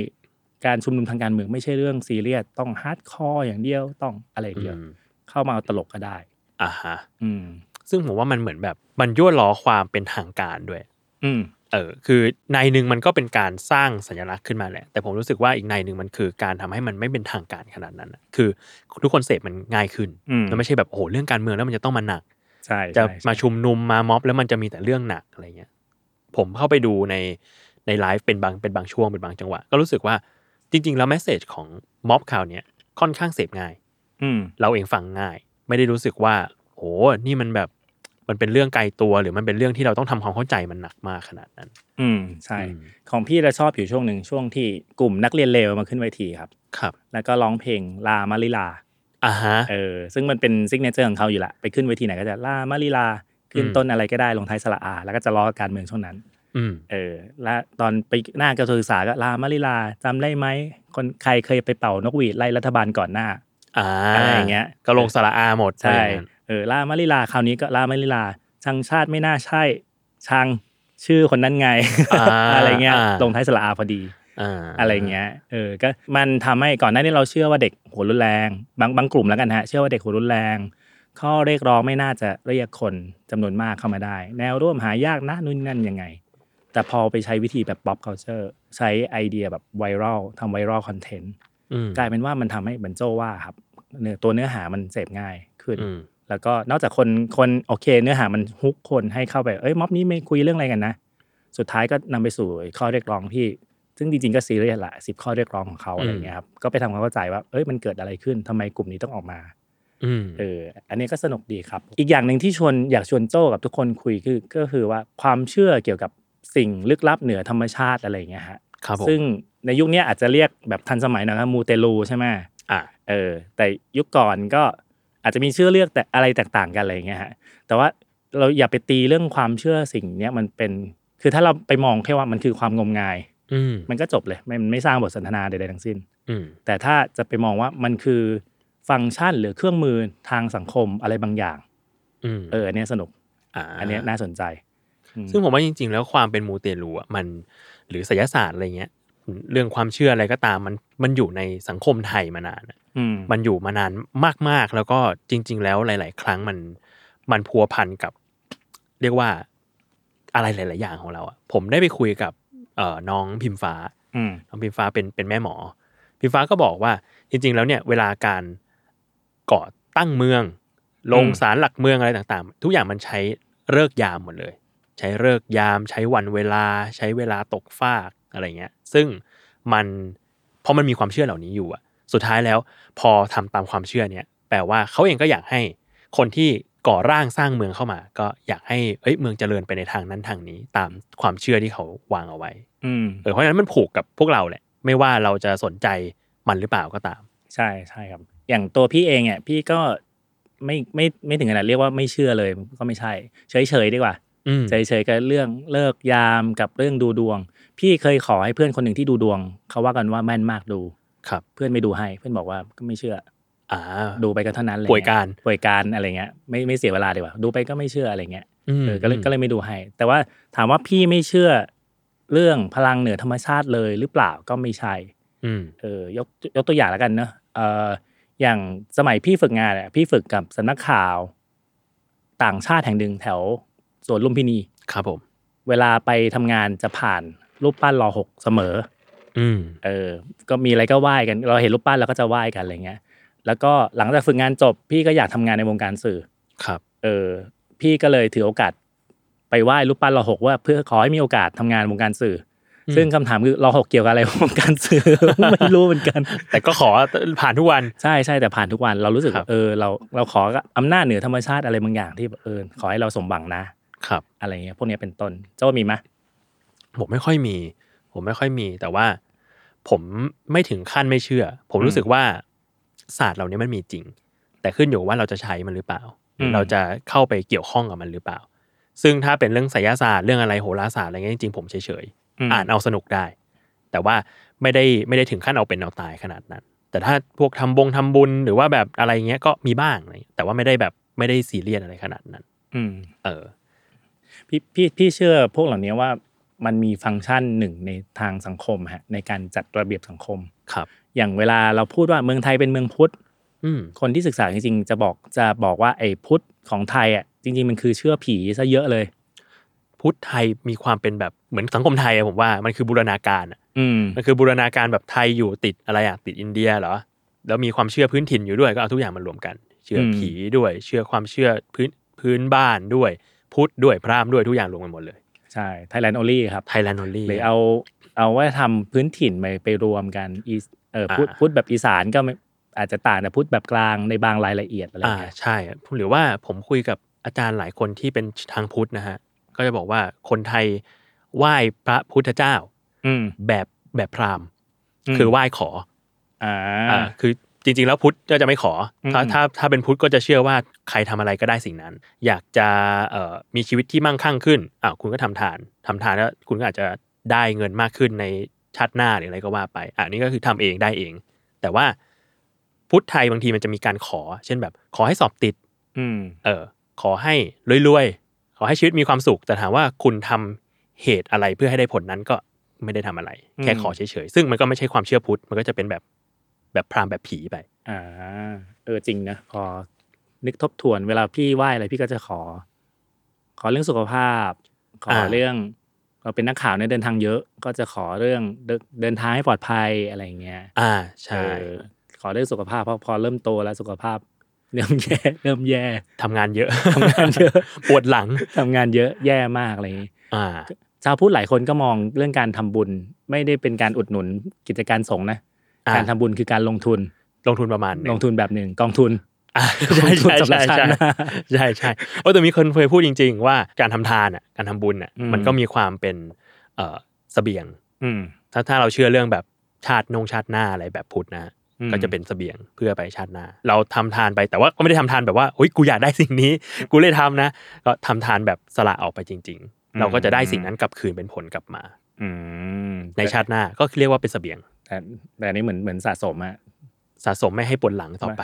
[SPEAKER 4] การชุมนุมทางการเมืองไม่ใช่เรื่องซีเรียสต้องฮาร์ดคอร์อย่างเดียวต้องอะไรอย่างเดียว
[SPEAKER 2] อืม
[SPEAKER 4] เข้ามาเอาตลกก็ได้
[SPEAKER 2] อ่าฮะ
[SPEAKER 4] อืม
[SPEAKER 2] ซึ่งผมว่ามันเหมือนแบบมันยั่วล้อความเป็นทางการด้วย
[SPEAKER 4] อืม
[SPEAKER 2] เออคือในหนึ่งมันก็เป็นการสร้างสัญลักษณ์ขึ้นมาแหละ แต่ผมรู้สึกว่าอีกในหนึ่งมันคือการทำให้มันไม่เป็นทางการขนาดนั้นอะคือทุกคนเสพมันง่ายขึ้น
[SPEAKER 4] อืม
[SPEAKER 2] มันไม่ใช่แบบโอ้โหเรื่องการเมืองแล้วมันจะต้องมาหนัก
[SPEAKER 4] ใช่
[SPEAKER 2] จะ
[SPEAKER 4] ใช่
[SPEAKER 2] มาชุมนุมมาม็อบแล้วมันจะมีแต่เรื่องหนักอะไรเงี้ยผมเข้าไปดูในในไลฟ์เป็นบางเป็นบางช่วงเป็นบางจังหวะ ก็รู้สึกว่าจริง ๆ แล้วแมสเซจของม็อบข่าวเนี้ยค่อนข้างเสพง่าย
[SPEAKER 4] อืม
[SPEAKER 2] เราเองฟังง่าย ไม่ได้รู้สึกว่าโหนี่มันแบบมันเป็นเรื่องไกลตัวหรือมันเป็นเรื่องที่เราต้องทำความเข้าใจมันหนักมากขนาดนั้น
[SPEAKER 4] อืมใช่
[SPEAKER 2] อืม
[SPEAKER 4] ของพี่จะชอบอยู่ช่วงหนึ่งช่วงที่กลุ่มนักเรียนเลวมาขึ้นเวทีครับ
[SPEAKER 2] ครับ
[SPEAKER 4] แล้วก็ร้องเพลงลามาริลา
[SPEAKER 2] อ่าฮะ
[SPEAKER 4] เออซึ่งมันเป็นซิกเนเจอร์ของเขาอยู่ละไปขึ้นเวทีไหนก็จะลามาริลา ขึ้น
[SPEAKER 2] อืม
[SPEAKER 4] ต้นอะไรก็ได้ลงท้ายสระอา แล้วก็จะล้อการเมืองช่วงนั้น
[SPEAKER 2] อืม
[SPEAKER 4] เออและตอนไปหน้ากระทรวงศึกษาก็ลามาริลาจำได้ไหมคนใครเคยไปเป่านกหวีดไล่รัฐบาลก่อนหน้า
[SPEAKER 2] อ่า
[SPEAKER 4] อะไรอย่างเงี้ย
[SPEAKER 2] ก็ลงสระอาหมดอะ
[SPEAKER 4] ใช่
[SPEAKER 2] ไรอย่างนั้น
[SPEAKER 4] เออลามาริลาคราวนี้ก็ลามาริลาช่างชาติไม่น่าใช่ช่างชื่อคนนั้นไง
[SPEAKER 2] า
[SPEAKER 4] อะไรเงี้ยลงท้ายสระอาพอดี
[SPEAKER 2] อ่า
[SPEAKER 4] อะไรเงี้ย เออ ก็มันทำให้ก่อนหน้านี้เราเชื่อว่าเด็กหัวรุนแรง บางบางกลุ่มแล้วกันฮะ เชื่อว่าเด็กหัวรุนแรง ข้อเรียกร้องไม่น่าจะเรียกคนจำนวนมากเข้ามาได้ แนวร่วมหายากนะนู่นนนั่นยังไง แต่พอไปใช้วิธีแบบ pop culture ใช้ไอเดียแบบไวรัลทำไวรัลคอนเทนต์
[SPEAKER 2] อืม
[SPEAKER 4] กลายเป็นว่ามันทำให้เหมือนโจว่าครับเนื้อตัวเนื้อหามันเสพง่ายขึ้น
[SPEAKER 2] อืม
[SPEAKER 4] แล้วก็นอกจากคนคนโอเค เนื้อหามันฮุกคนให้เข้าไป เอ้ยม็อบนี้ไม่คุยเรื่องอะไรกันนะ สุดท้ายก็นำไปสู่ข้อเรียกร้องที่ ซึ่งจริงๆก็ซีเรียสละสิบข้อเรียกร้องของเขาอะไรอย่างเงี้ยครับก็ไปทำความเข้าใจว่าเอ้ยมันเกิดอะไรขึ้นทำไมกลุ่มนี้ต้องออกมา
[SPEAKER 2] อืม
[SPEAKER 4] เอออันนี้ก็สนุกดีครับ อีกอย่างหนึ่งที่ชวนอยากชวนโจ้กับทุกคนคุยคือก็คือว่าความเชื่อเกี่ยวกับสิ่งลึกลับเหนือธรรมชาติอะไรอย่างเงี้ยฮะ
[SPEAKER 2] ครับผม
[SPEAKER 4] ซึ่งในยุคเนี้ยอาจจะเรียกแบบทันสมัยหน่อยครับมูเตลูใช่ไหม
[SPEAKER 2] อ่า
[SPEAKER 4] เออแต่ยุคก่อนก็อาจจะมีชื่อเรียกแต่อะไรแตกต่างกันอะไรอย่างเงี้ยฮะแต่ว่าเราอย่าไปตีเรื่องความเชื่อสิ่งเนี้ยมันเป็น คือถ้าเราไปมองแค่ว่ามันคือความงมงาย
[SPEAKER 2] อืม
[SPEAKER 4] มันก็จบเลยไม่มันไม่สร้างบทสนทนาใดๆทั้งสิ้น
[SPEAKER 2] อืม
[SPEAKER 4] แต่ถ้าจะไปมองว่ามันคือฟังก์ชันหรือเครื่องมือทางสังคมอะไรบางอย่าง
[SPEAKER 2] อืม
[SPEAKER 4] เอออนเนี้ยสนุก
[SPEAKER 2] า
[SPEAKER 4] อันเนี้ยน่าสนใจอืม
[SPEAKER 2] ซึ่งผมว่าจริง ๆ แล้วความเป็นมูเตลูอ่ะมันหรือไสยศาสตร์อะไรเงี้ย เรื่องความเชื่ออะไรก็ตามมันมันอยู่ในสังคมไทยมานานอะ
[SPEAKER 4] อืม
[SPEAKER 2] มันอยู่มานานมากๆ แล้วก็จริง ๆ แล้วหลาย ๆ ครั้งมันมันพัวพันกับ เรียกว่าอะไรหลาย ๆ อย่างของเราอ่ะผมได้ไปคุยกับเอ่อน้องพิมฟ้า
[SPEAKER 4] อืม
[SPEAKER 2] น้องพิมฟ้าเป็นเป็นแม่หมอ พิมฟ้าก็บอกว่าจริง ๆ แล้วเนี่ยเวลาการก่อตั้งเมือง ลงสารหลักเมืองอะไรต่างๆ ทุกอย่างมันใช้เลิกษ์ยามหมดเลย ใช้เลิกษ์ยาม ใช้วันเวลา ใช้เวลาตกฟากอะไรเงี้ย ซึ่งมันพอมันมีความเชื่อเหล่านี้อยู่อะสุดท้ายแล้วพอทำตามความเชื่อเนี่ยแปลว่าเขาเองก็อยากให้คนที่ก่อร่างสร้างเมืองเข้ามา ก็อยากให้เอ้ยเมืองเจริญไปในทางนั้นทางนี้ ตามความเชื่อที่เขาวางเอาไว้
[SPEAKER 4] อืม
[SPEAKER 2] เออเพราะฉะนั้นมันผูกกับพวกเราแหละ ไม่ว่าเราจะสนใจมันหรือเปล่าก็ตาม
[SPEAKER 4] ใช่ใช่ครับ อย่างตัวพี่เองเนี่ยพี่ก็ไม่ไม่ไม่ถึงขนาดเรียกว่าไม่เชื่อเลยก็ไม่ใช่เฉยเฉยๆดีกว่า
[SPEAKER 2] อืม
[SPEAKER 4] เฉยๆกับเรื่องเลิกยามกับเรื่องดูดวง พี่เคยขอให้เพื่อนคนหนึ่งที่ดูดวง เขาว่ากันว่าแม่นมากดู
[SPEAKER 2] ครับ
[SPEAKER 4] เพื่อนไม่ดูให้ เพื่อนบอกว่าก็ไม่เชื่อ
[SPEAKER 2] อ่า
[SPEAKER 4] ดูไปก็เท่านั้นอะไร
[SPEAKER 2] ป่วยการ
[SPEAKER 4] เงี้ป่วยการอะไรเงี้ยไม่ไม่เสียเวลาดีกว่าดูไปก็ไม่เชื่ออะไรเงี้ย
[SPEAKER 2] ม
[SPEAKER 4] เออก็เลยก็เลยไม่ดูให้ แต่ว่าถามว่าพี่ไม่เชื่อเรื่องพลังเหนือธรรมชาติเลยหรือเปล่าก็ไม่ใช่
[SPEAKER 2] อืม
[SPEAKER 4] เออยกยกตัวอย่างแล้วกันเนอะเอออย่างสมัยพี่ฝึกงานอะพี่ฝึกกับสำนักข่าว ต่างชาติแห่งหนึ่งแถวสวนลุมพินี
[SPEAKER 2] ครับผม
[SPEAKER 4] เวลาไปทำงานจะผ่านรูปปั้นรอหกเสมอ
[SPEAKER 2] อืม
[SPEAKER 4] เออ ก็มีอะไรก็ไหว้กัน เราเห็นรูปปั้นเราก็จะไหว้กันอะไรเงี้ย แล้วก็หลังจากฝึกงานจบ พี่ก็อยากทำงานในวงการสื่อ
[SPEAKER 2] ครับ
[SPEAKER 4] เออ พี่ก็เลยถือโอกาส ไปไหว้รูปปั้นรอหกว่าเพื่อขอให้มีโอกาสทำงานวงการสื่ออซึ่งคำถามคือรอหกเกี่ยวกับอะไรวงการสื่อ ไม่รู้เหมือนกัน
[SPEAKER 2] แต่ก็ขอผ่านทุกวัน
[SPEAKER 4] ใช่ใช่แต่ผ่านทุกวันเรารู้สึก
[SPEAKER 2] ครั
[SPEAKER 4] ว่า
[SPEAKER 2] บ
[SPEAKER 4] เออเราเราขออำนาจเหนือธรรมชาติอะไรบางอย่างที่แบบเออขอให้เราสมหวังนะครับ อะไรเงี้ยพวกเนี้ยเป็นต้นเจ้ามีไหมย
[SPEAKER 2] ผมไม่ค่อยมี ผมไม่ค่อยมี แต่ว่า ผมไม่ถึงขั้นไม่เชื่อ ผมรู้สึกว่าศาสตร์เหล่านี้มันมีจริง แต่ขึ้นอยู่ว่าเราจะใช้มันหรือเปล่าหรือเราจะเข้าไปเกี่ยวข้องกับมันหรือเปล่า ซึ่งถ้าเป็นเรื่องไสยศาสตร์เรื่องอะไรโหราศาสตร์อะไรเงี้ยจริงๆผมเฉยๆ
[SPEAKER 4] ม
[SPEAKER 2] อ่านเอาสนุกได้ แต่ว่าไม่ได้ไม่ได้ถึงขั้นเอาเป็นเอาตายขนาดนั้น แต่ถ้าพวกทำบงทำบุญหรือว่าแบบอะไรเงี้ยก็มีบ้างอะไรเงี้ยแต่ว่าไม่ได้แบบไม่ได้ซีเรียสอะไรขนาดนั้น
[SPEAKER 4] อืม
[SPEAKER 2] เออ
[SPEAKER 4] พี่พี่พี่เชื่อพวกเหล่านี้ว่ามันมีฟังก์ชันหนึ่งในทางสังคมฮะในการจัดระเบียบสังคม
[SPEAKER 2] ครับ
[SPEAKER 4] อย่างเวลาเราพูดว่าเมืองไทยเป็นเมืองพุทธ
[SPEAKER 2] อืม
[SPEAKER 4] คนที่ศึกษาจริงๆจะบอกจะบอกว่าไอ้พุทธของไทยอ่ะจริง ๆ มันคือเชื่อผีซะเยอะเลย
[SPEAKER 2] พุทธไทยมีความเป็นแบบเหมือนสังคมไทยอะผมว่ามันคือบูรณาการอะ
[SPEAKER 4] อืม
[SPEAKER 2] มันคือบูรณาการแบบไทยอยู่ติดอะไรอะติดอินเดียเหรอแล้วมีความเชื่อพื้นถิ่นอยู่ด้วยก็เอาทุกอย่างมารวมกัน เชื่อผีด้วย เชื่อความเชื่อพื้นพื้นบ้านด้วย พุทธด้วยพราหมณ์ด้วยทุกอย่างรวมกันหมดเลย
[SPEAKER 4] ใช่ไทยแลนด์โอลี่ครับ
[SPEAKER 2] ไทยแลนด์นลี่
[SPEAKER 4] หรือเอาเอาว่าทำพื้นถิ่นไปไปรวมกันอีสเออพุทธ
[SPEAKER 2] อ่า
[SPEAKER 4] พุทธแบบอีสานก็ไม่อาจจะต่างแต่พุทธแบบกลางในบางรายละเอียดอะไรอย่าง
[SPEAKER 2] อ่า
[SPEAKER 4] เงี้ย
[SPEAKER 2] ใช่อะหรือว่าผมคุยกับอาจารย์หลายคนที่เป็นทางพุทธนะฮะ ก็จะบอกว่าคนไทยไหว้พระพุทธเจ้า
[SPEAKER 4] อืม
[SPEAKER 2] แบบแบบพราหมณ์
[SPEAKER 4] อืม
[SPEAKER 2] คือไหว้ขอ
[SPEAKER 4] อ่า
[SPEAKER 2] อ่าคือ จริง ๆ แล้วพุทธก็จะไม่ขออ
[SPEAKER 4] ม
[SPEAKER 2] ถ้าถ้าถ้าเป็นพุทธก็จะเชื่อว่าใครทำอะไรก็ได้สิ่งนั้น อยากจะเอ่อมีชีวิตที่มั่งคั่งขึ้นอ้าวคุณก็ทำทานทำทานแล้วคุณก็อาจจะได้เงินมากขึ้นในชาติหน้าหรืออะไรก็ว่าไปอ่ะอันนี้ก็คือทำเองได้เอง แต่ว่าพุทธไทยบางทีมันจะมีการขอ เช่นแบบขอให้สอบติด
[SPEAKER 4] อืม
[SPEAKER 2] เออขอให้รวยๆ ขอให้ชีวิตมีความสุข แต่ถามว่าคุณทำเหตุอะไรเพื่อให้ได้ผลนั้นก็ไม่ได้ทำอะไร
[SPEAKER 4] อืม
[SPEAKER 2] แค่ขอเฉยๆ ซึ่งมันก็ไม่ใช่ความเชื่อพุทธ มันก็จะเป็นแบบแบบพราหมณ์แบบผีไป
[SPEAKER 4] อ่าเออจริงนะพอนึกทบทวนเวลาพี่ไหว้อะไรพี่ก็จะขอ ขอเรื่องสุขภาพ ขอ
[SPEAKER 2] อ่า
[SPEAKER 4] เรื่องเราเป็นนักข่าวเนี่ยเดินทางเยอะ ก็จะขอเรื่องเดินเดินทางให้ปลอดภัยอะไรอย่างเงี้ย
[SPEAKER 2] อ่า
[SPEAKER 4] เอ
[SPEAKER 2] ใช่
[SPEAKER 4] อขอเรื่องสุขภาพเพราะพอเริ่มโตแล้วสุขภาพ เริ่มแย่ เริ่มแย่
[SPEAKER 2] ทำงานเยอะ
[SPEAKER 4] ทำงานเยอะ
[SPEAKER 2] ปวดหลัง
[SPEAKER 4] ทำงานเยอะแย่มากอะไรอย่างงี้
[SPEAKER 2] อ่า
[SPEAKER 4] ชาวพุทธหลายคนก็มองเรื่องการทำบุญ ไม่ได้เป็นการอุดหนุนกิจการสงฆ์นะ
[SPEAKER 2] อ่า
[SPEAKER 4] การทำบุญคือการลงทุน
[SPEAKER 2] ลงทุนประมาณหนึ่
[SPEAKER 4] ลงทุนแบบหนึ่งกองทุน
[SPEAKER 2] อ่าใช่ใช่ใช่
[SPEAKER 4] ลงทุนสำหรับชาติ
[SPEAKER 2] ใช่
[SPEAKER 4] หน้า
[SPEAKER 2] ใช่ใช่โอ้แต่มีคนเคยพูดจริง ๆ ว่าการทำทานอ่ะการทำบุญอ่ะ
[SPEAKER 4] อืม
[SPEAKER 2] มันก็มีความเป็นเอ่อเสบียง
[SPEAKER 4] อืม
[SPEAKER 2] ถ้าถ้าเราเชื่อเรื่องแบบชาตินงชาติหน้าอะไรแบบพุทธนะฮะ
[SPEAKER 4] อืม
[SPEAKER 2] ก็จะเป็นเสบียงเพื่อไปชาติหน้า เราทำทานไปแต่ว่าก็ไม่ได้ทำทานแบบว่าเฮ้ยกูอยากได้สิ่ง นี้ กูเลยทำนะ ก็ทำทานแบบสละออกไปจริง
[SPEAKER 4] อืม
[SPEAKER 2] ๆ เราก็จะได้สิ่งนั้นกลับคืนเป็นผลกลับมา
[SPEAKER 4] อืม
[SPEAKER 2] ในชาติหน้าก็เรียกว่าเป็นเสบียง
[SPEAKER 4] แต่แต่อันนี้เหมือนเหมือนสะสมอะ
[SPEAKER 2] สะสมไม่ให้ปวดหลังต่อไป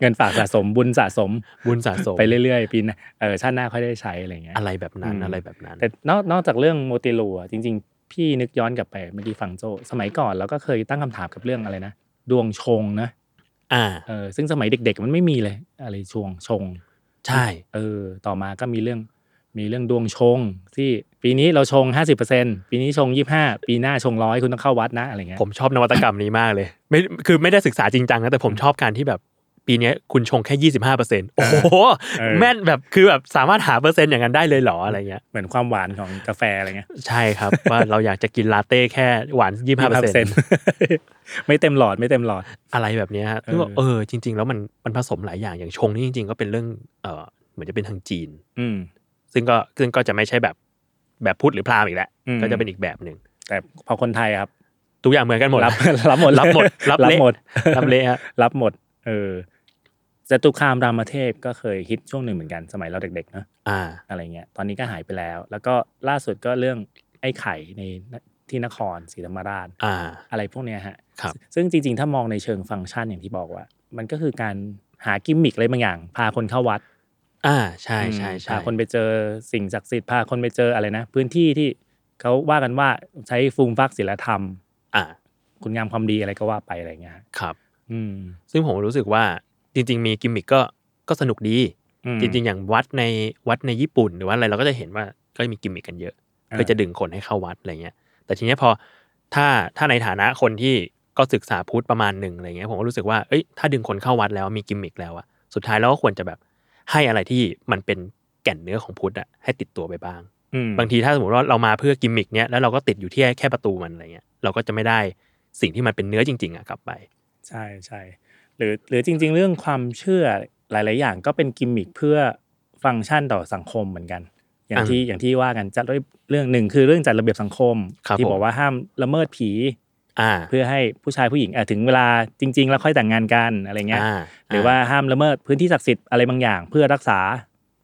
[SPEAKER 4] เงินฝากสะสมบุญสะสม
[SPEAKER 2] บุญสะสม
[SPEAKER 4] ไปเรื่อยๆปีหนะเออชาติหน้าค่อยได้ใช้อะไรเงี้ย
[SPEAKER 2] อะไรแบบนั้น
[SPEAKER 4] อืม
[SPEAKER 2] อะไรแบบนั้น
[SPEAKER 4] แต่นอกนอกจากเรื่องโมติลูอะจริง ๆ พี่นึกย้อนกลับไปเมื่อกี้ฟังโจ สมัยก่อนเราก็เคยตั้งคำถามกับเรื่องอะไรนะ ดวงชงนะ
[SPEAKER 2] อ่า
[SPEAKER 4] เออซึ่งสมัยเด็ก ๆ มันไม่มีเลย อะไรชวงชง
[SPEAKER 2] ใช่
[SPEAKER 4] เออ ต่อมาก็มีเรื่องมีเรื่องดวงชง ที่ปีนี้เราชง 50%ปีนี้ชง 25 ปีหน้าชงร้อยคุณต้องเข้าวัดนะอะไรเงี้ย
[SPEAKER 2] ผมชอบนวัตกรรมนี้มากเลย ไม่คือไม่ได้ศึกษาจริงจังนะแต่ผมชอบการที่แบบปีเนี้ยคุณชงแค่ยี่สิบห้าเปอร์เซ็นต์โอ้โหแม่นแบบคือแบบสามารถหาเปอร์เซ็นต์อย่างนั้นได้เลยเหรออะไรเงี้ย
[SPEAKER 4] เหมือนความหวานของกาแฟอะไรเงี้ย
[SPEAKER 2] ใช่ครับ ว่าเราอยากจะกินลาเต้แค่หวานยี่ห้าเปอร์เซ็นต์
[SPEAKER 4] 25% ไม่เต็มหลอดไม่เต็มหลอด
[SPEAKER 2] อะไรแบบเนี้ยฮะ
[SPEAKER 4] เอ
[SPEAKER 2] ซึ่
[SPEAKER 4] อ
[SPEAKER 2] งว่าเออจริง ๆ แล้วมันมันผสมหลายอย่างอย่างชงนี่จริง ๆ ก็เป็นเรื่องเออเหมือนจะเป็นทางจีน
[SPEAKER 4] อืม
[SPEAKER 2] ซึ่งก็ซึ่งก็จะไม่ใช่แบบแบบพุทธหรือพราหมณ์อีกแล้ว
[SPEAKER 4] อืม
[SPEAKER 2] ก็จะเป็นอีกแบบหนึ่ง
[SPEAKER 4] แต่พอคนไทยครับ
[SPEAKER 2] ทุกอย่างเหมือนกันหมด
[SPEAKER 4] รับ รับหมด
[SPEAKER 2] รับหมดรั
[SPEAKER 4] รั
[SPEAKER 2] บบ เละ
[SPEAKER 4] หมด
[SPEAKER 2] รับเละฮะ
[SPEAKER 4] รับหมด เออจตุคามรามเทพก็เคยฮิตช่วงหนึ่งเหมือนกันสมัยเราเด็กๆเนอะ
[SPEAKER 2] อ่า
[SPEAKER 4] อะไรเงี้ยตอนนี้ก็หายไปแล้ว แล้วก็ล่าสุดก็เรื่องไอ้ไข่ในที่นครศรีธรรมราช
[SPEAKER 2] อ่า
[SPEAKER 4] อะไรพวกเนี้ยฮะ
[SPEAKER 2] ครับ
[SPEAKER 4] ซึ่งจริงๆ ถ้ามองในเชิงฟังก์ชันอย่างที่บอกว่า มันก็คือการหากิมมิคอะไรบางอย่าง พาคนเข้าวัด
[SPEAKER 2] อ่าใช่
[SPEAKER 4] อืม
[SPEAKER 2] ใช่ใช่
[SPEAKER 4] พาคนไปเจอสิ่งศักดิ์สิทธิ์พาคนไปเจออะไรนะ พื้นที่ที่เขาว่ากันว่าใช้ฟูมฟักศิลธรรม
[SPEAKER 2] อ่า
[SPEAKER 4] คุณงามความดีอะไรก็ว่าไปอะไรเงี้ยฮะ
[SPEAKER 2] ครับ
[SPEAKER 4] อืม
[SPEAKER 2] ซึ่งผมรู้สึกว่าจริง ๆ มีกิมมิคก็ก็สนุกดี
[SPEAKER 4] อืม
[SPEAKER 2] จริง ๆ อย่างวัดในวัดในญี่ปุ่นหรือว่าอะไรเราก็จะเห็นว่าก็มีกิมมิคกันเยอะ เพื่อจะดึงคนให้เข้าวัดอะไรเงี้ย แต่ทีเนี้ยพอถ้าถ้าในฐานะคนที่ก็ศึกษาพุทธประมาณหนึ่งอะไรเงี้ยผมก็รู้สึกว่าเอ้ยถ้าดึงคนเข้าวัดแล้วมีกิมมิคแล้วอะสุดท้ายเราก็ควรจะแบบให้อะไรที่มันเป็นแก่นเนื้อของพุทธอะให้ติดตัวไปบ้าง
[SPEAKER 4] อืม
[SPEAKER 2] บางทีถ้าสมมติว่าเรามาเพื่อกิมมิคเนี้ยแล้วเราก็ติดอยู่ที่แค่ประตูมันอะไรเงี้ยเราก็จะไม่ได้สิ่งที่มันเป็นเนื้อจริงๆอะกลับไป
[SPEAKER 4] ใช่ใช่หรือหรือจริง ๆ เรื่องความเชื่อหลาย ๆ อย่างก็เป็นกิมมิคเพื่อฟังก์ชันต่อสังคมเหมือนกัน อย่า
[SPEAKER 2] อ่าง
[SPEAKER 4] ที่อย่างที่ว่ากันจัดเรื่องหนึ่งคือเรื่องจัดระเบียบสังคม
[SPEAKER 2] ครับ
[SPEAKER 4] ที่
[SPEAKER 2] ผม
[SPEAKER 4] บอกว่าห้ามละเมิดผี
[SPEAKER 2] อ่า
[SPEAKER 4] เพื่อให้ผู้ชายผู้หญิงอ่ะถึงเวลาจริง ๆ แล้วค่อยแต่งงานกันอะไรเงี้ย
[SPEAKER 2] อ่า
[SPEAKER 4] หรือว่าห้ามละเมิดพื้นที่ศักดิ์สิทธิ์อะไรบางอย่าง เพื่อรักษา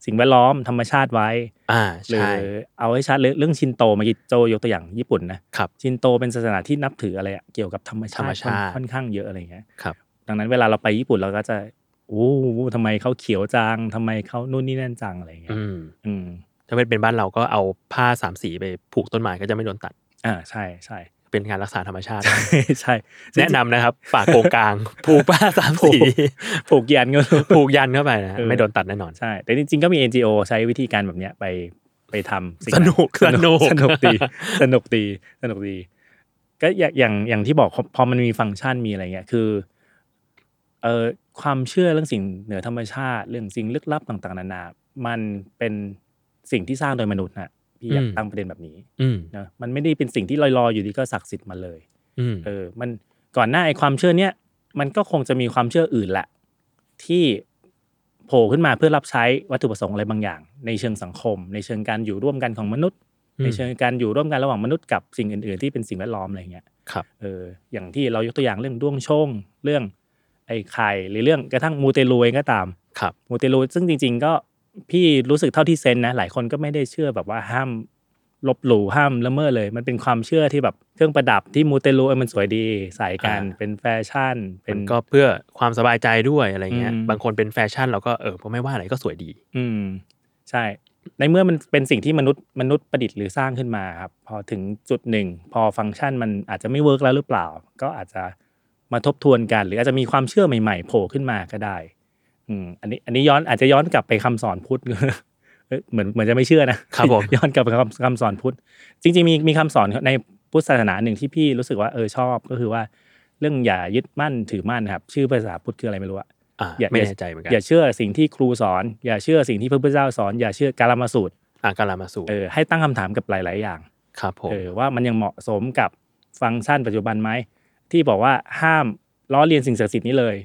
[SPEAKER 4] สิ่งแวดล้อมธรรมชาติไว้
[SPEAKER 2] อ่า
[SPEAKER 4] หรือ
[SPEAKER 2] ใช่
[SPEAKER 4] เอาให้ชัดเลยเรื่องชินโตเมื่อกี้โจยกตัวอย่างญี่ปุ่นนะครับ ชินโตเป็นศาสนาที่นับถืออะไรอะเกี่ยวกับธรรมชา
[SPEAKER 2] ธรรม
[SPEAKER 4] ติ
[SPEAKER 2] ชาติ
[SPEAKER 4] ค่อนค่อนข้างเยอะอะไรเงี้ย
[SPEAKER 2] ครับ
[SPEAKER 4] ดังนั้นเวลาเราไปญี่ปุ่นเราก็จะโอ้ทำไมเขาเขียวจังทำไมเขานู่นนี่นั่นจังอะไรเงี้ย
[SPEAKER 2] อืม
[SPEAKER 4] อืม
[SPEAKER 2] ถ้าเป็นเป็นบ้านเราก็เอาผ้าสามสีไปผูกต้นไม้ก็จะไม่โดนตัด
[SPEAKER 4] อ่าใช่ใช่
[SPEAKER 2] เป็นการรักษาธรรมชาติ
[SPEAKER 4] ใช่
[SPEAKER 2] แนะนำนะครับป่าโกงกลาง ผูกป้าสามสี
[SPEAKER 4] ผูกยันก็
[SPEAKER 2] ผูกยันเข้าไปนะฮะ
[SPEAKER 4] เออ
[SPEAKER 2] ไม่โดนตัดแน่นอน
[SPEAKER 4] ใช่ แต่จริงๆ ก็มี NGO ใช้วิธีการแบบเนี้ยไปไปทำง
[SPEAKER 2] สนุก
[SPEAKER 4] นั้น
[SPEAKER 2] สนุก
[SPEAKER 4] สนุกดี สนุกดี สนุกดี ก็อย่างอย่างอย่างที่บอกพอพอมันมีฟังก์ชันมีอะไรเงี้ย คือเอ่อความเชื่อเรื่องสิ่งเหนือธรรมชาติ เรื่องสิ่งลึกลับต่างๆ นานา มันเป็นสิ่งที่สร้างโดยมนุษย์นะพี่อยากตั้งประเด็นแบบนี้
[SPEAKER 2] อืม
[SPEAKER 4] เนอะมันไม่ได้เป็นสิ่งที่ลอยๆ อยู่ดีก็ศักดิ์สิทธิ์มาเลย
[SPEAKER 2] อืม
[SPEAKER 4] เออ มันก่อนหน้าไอ้ความเชื่อเนี้ยมันก็คงจะมีความเชื่ออื่นแหละ ที่โผล่ขึ้นมาเพื่อรับใช้วัตถุประสงค์อะไรบางอย่าง ในเชิงสังคม ในเชิงการอยู่ร่วมกันของมนุษย์ ในเชิงการอยู่ร่วมกันระหว่างมนุษย์กับสิ่งอื่น ๆ ที่เป็นสิ่งแวดล้อมอะไรเงี้ย
[SPEAKER 2] ครับ
[SPEAKER 4] เอออย่างที่เรายกตัวอย่างเรื่องดวงชง เรื่อง ไอ้ไข่หรือเรื่องกระทั่งมูเตลูเองก็ตาม
[SPEAKER 2] ครับ
[SPEAKER 4] มูเตลูซึ่งจริง ๆ ก็พี่รู้สึกเท่าที่เซนนะหลายคนก็ไม่ได้เชื่อแบบว่าห้ามลบหลู่ห้ามละเมอเลย มันเป็นความเชื่อที่แบบเครื่องประดับที่มูเตลูเออมันสวยดีใส่กัน
[SPEAKER 2] อ่า
[SPEAKER 4] เป็นแฟชั่นเป็
[SPEAKER 2] เป็น นก็เพื่อความสบายใจด้วยอะไรเงี้ย
[SPEAKER 4] อืม
[SPEAKER 2] บางคนเป็นแฟชั่นเราก็เออก็ไม่ว่าอะไรก็สวยดี
[SPEAKER 4] อืมใช่ ในเมื่อมันเป็นสิ่งที่มนุษย์มนุษย์ประดิษฐ์หรือสร้างขึ้นมาครับพอถึงจุดหนึ่ง พอฟังก์ชันมันอาจจะไม่เวิร์กแล้วหรือเปล่า ก็อาจจะมาทบทวนกัน หรืออาจจะมีความเชื่อใหม่ๆโผล่ขึ้นมาก็ได้ อืมอันนี้อันนี้ย้อนอาจจะย้อนกลับไปคำสอนพุทธ เอ้ยเหมือนเหมือนจะไม่เชื่อนะครับ
[SPEAKER 2] ผม
[SPEAKER 4] ย้อนกลับไปคำคำสอนพุทธ จริงๆมีมีคำสอนในพุทธศาสนาหนึ่งที่พี่รู้สึกว่าเออชอบก็คือว่า เรื่องอย่ายึดมั่นถือมั่นนะครับ ชื่อภาษาพุทธคืออะไรไม่รู้อะ
[SPEAKER 2] อ่า
[SPEAKER 4] อย่า
[SPEAKER 2] ไม่แน่ใจเหมือนกัน
[SPEAKER 4] อย่าเชื่อสิ่งที่ครูสอน อย่าเชื่อสิ่งที่พระพุทธเจ้าสอน อย่าเชื่อการมาสูตร
[SPEAKER 2] อ่ากาลามาสู
[SPEAKER 4] เออให้ตั้งคำถามกับหลาย ๆ อย่าง
[SPEAKER 2] ครับผม
[SPEAKER 4] เออว่ามันยังเหมาะสมกับฟังก์ชันปัจจุบันไหมที่บอกว่าห้ามล้อเลียนสิ่งศักดิ์สิทธิ์นี้เลย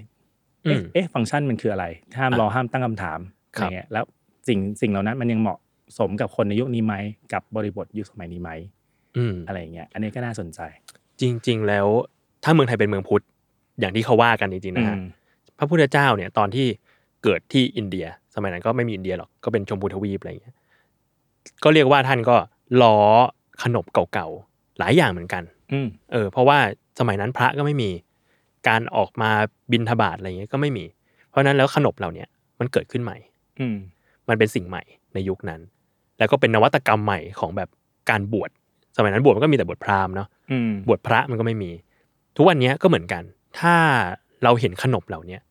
[SPEAKER 4] เอ๊ะ
[SPEAKER 2] ม
[SPEAKER 4] เอ๊ะฟังก์ชันมันคืออะไร ห้ามล้อห้ามตั้งคำถามอะ
[SPEAKER 2] ค
[SPEAKER 4] ไร
[SPEAKER 2] รับ
[SPEAKER 4] เงี้ยแล้วสิ่งสิ่งเหล่านั้นมันยังเหมาะสมกับคนในยุคนี้ไหมกับบริบทยุคสมัยนี้ไหม
[SPEAKER 2] อืม
[SPEAKER 4] อะไรเงี้ยอันนี้ก็น่าสนใจ
[SPEAKER 2] จริง ๆ แล้วถ้าเมืองไทยเป็นเมืองพุทธอย่างที่เขาว่ากันจริงๆนะฮะ
[SPEAKER 4] อืม
[SPEAKER 2] พระพุทธเจ้าเนี่ยตอนที่เกิดที่อินเดีย สมัยนั้นก็ไม่มีอินเดียหรอกก็เป็นชมพูทวีปอะไรอย่างเงี้ยก็เรียกว่าท่านก็ล้อขนบเก่าๆหลายอย่างเหมือนกัน
[SPEAKER 4] อืม
[SPEAKER 2] เออเพราะว่าสมัยนั้นพระก็ไม่มีการออกมาบินทบาทอะไรอย่างเงี้ยก็ไม่มี เพราะฉะนั้นแล้วขนบเหล่าเนี้ยมันเกิดขึ้นใหม่
[SPEAKER 4] อืม
[SPEAKER 2] มันเป็นสิ่งใหม่ในยุคนั้น แล้วก็เป็นนวัตกรรมใหม่ของแบบการบวชสมัยนั้นบวชมันก็มีแต่บวชพราหมณ์เนาะ
[SPEAKER 4] อืม
[SPEAKER 2] บวชพระมันก็ไม่มี ทุกวันเนี้ยก็เหมือนกัน ถ้าเราเห็นขนบเหล่าเนี้ย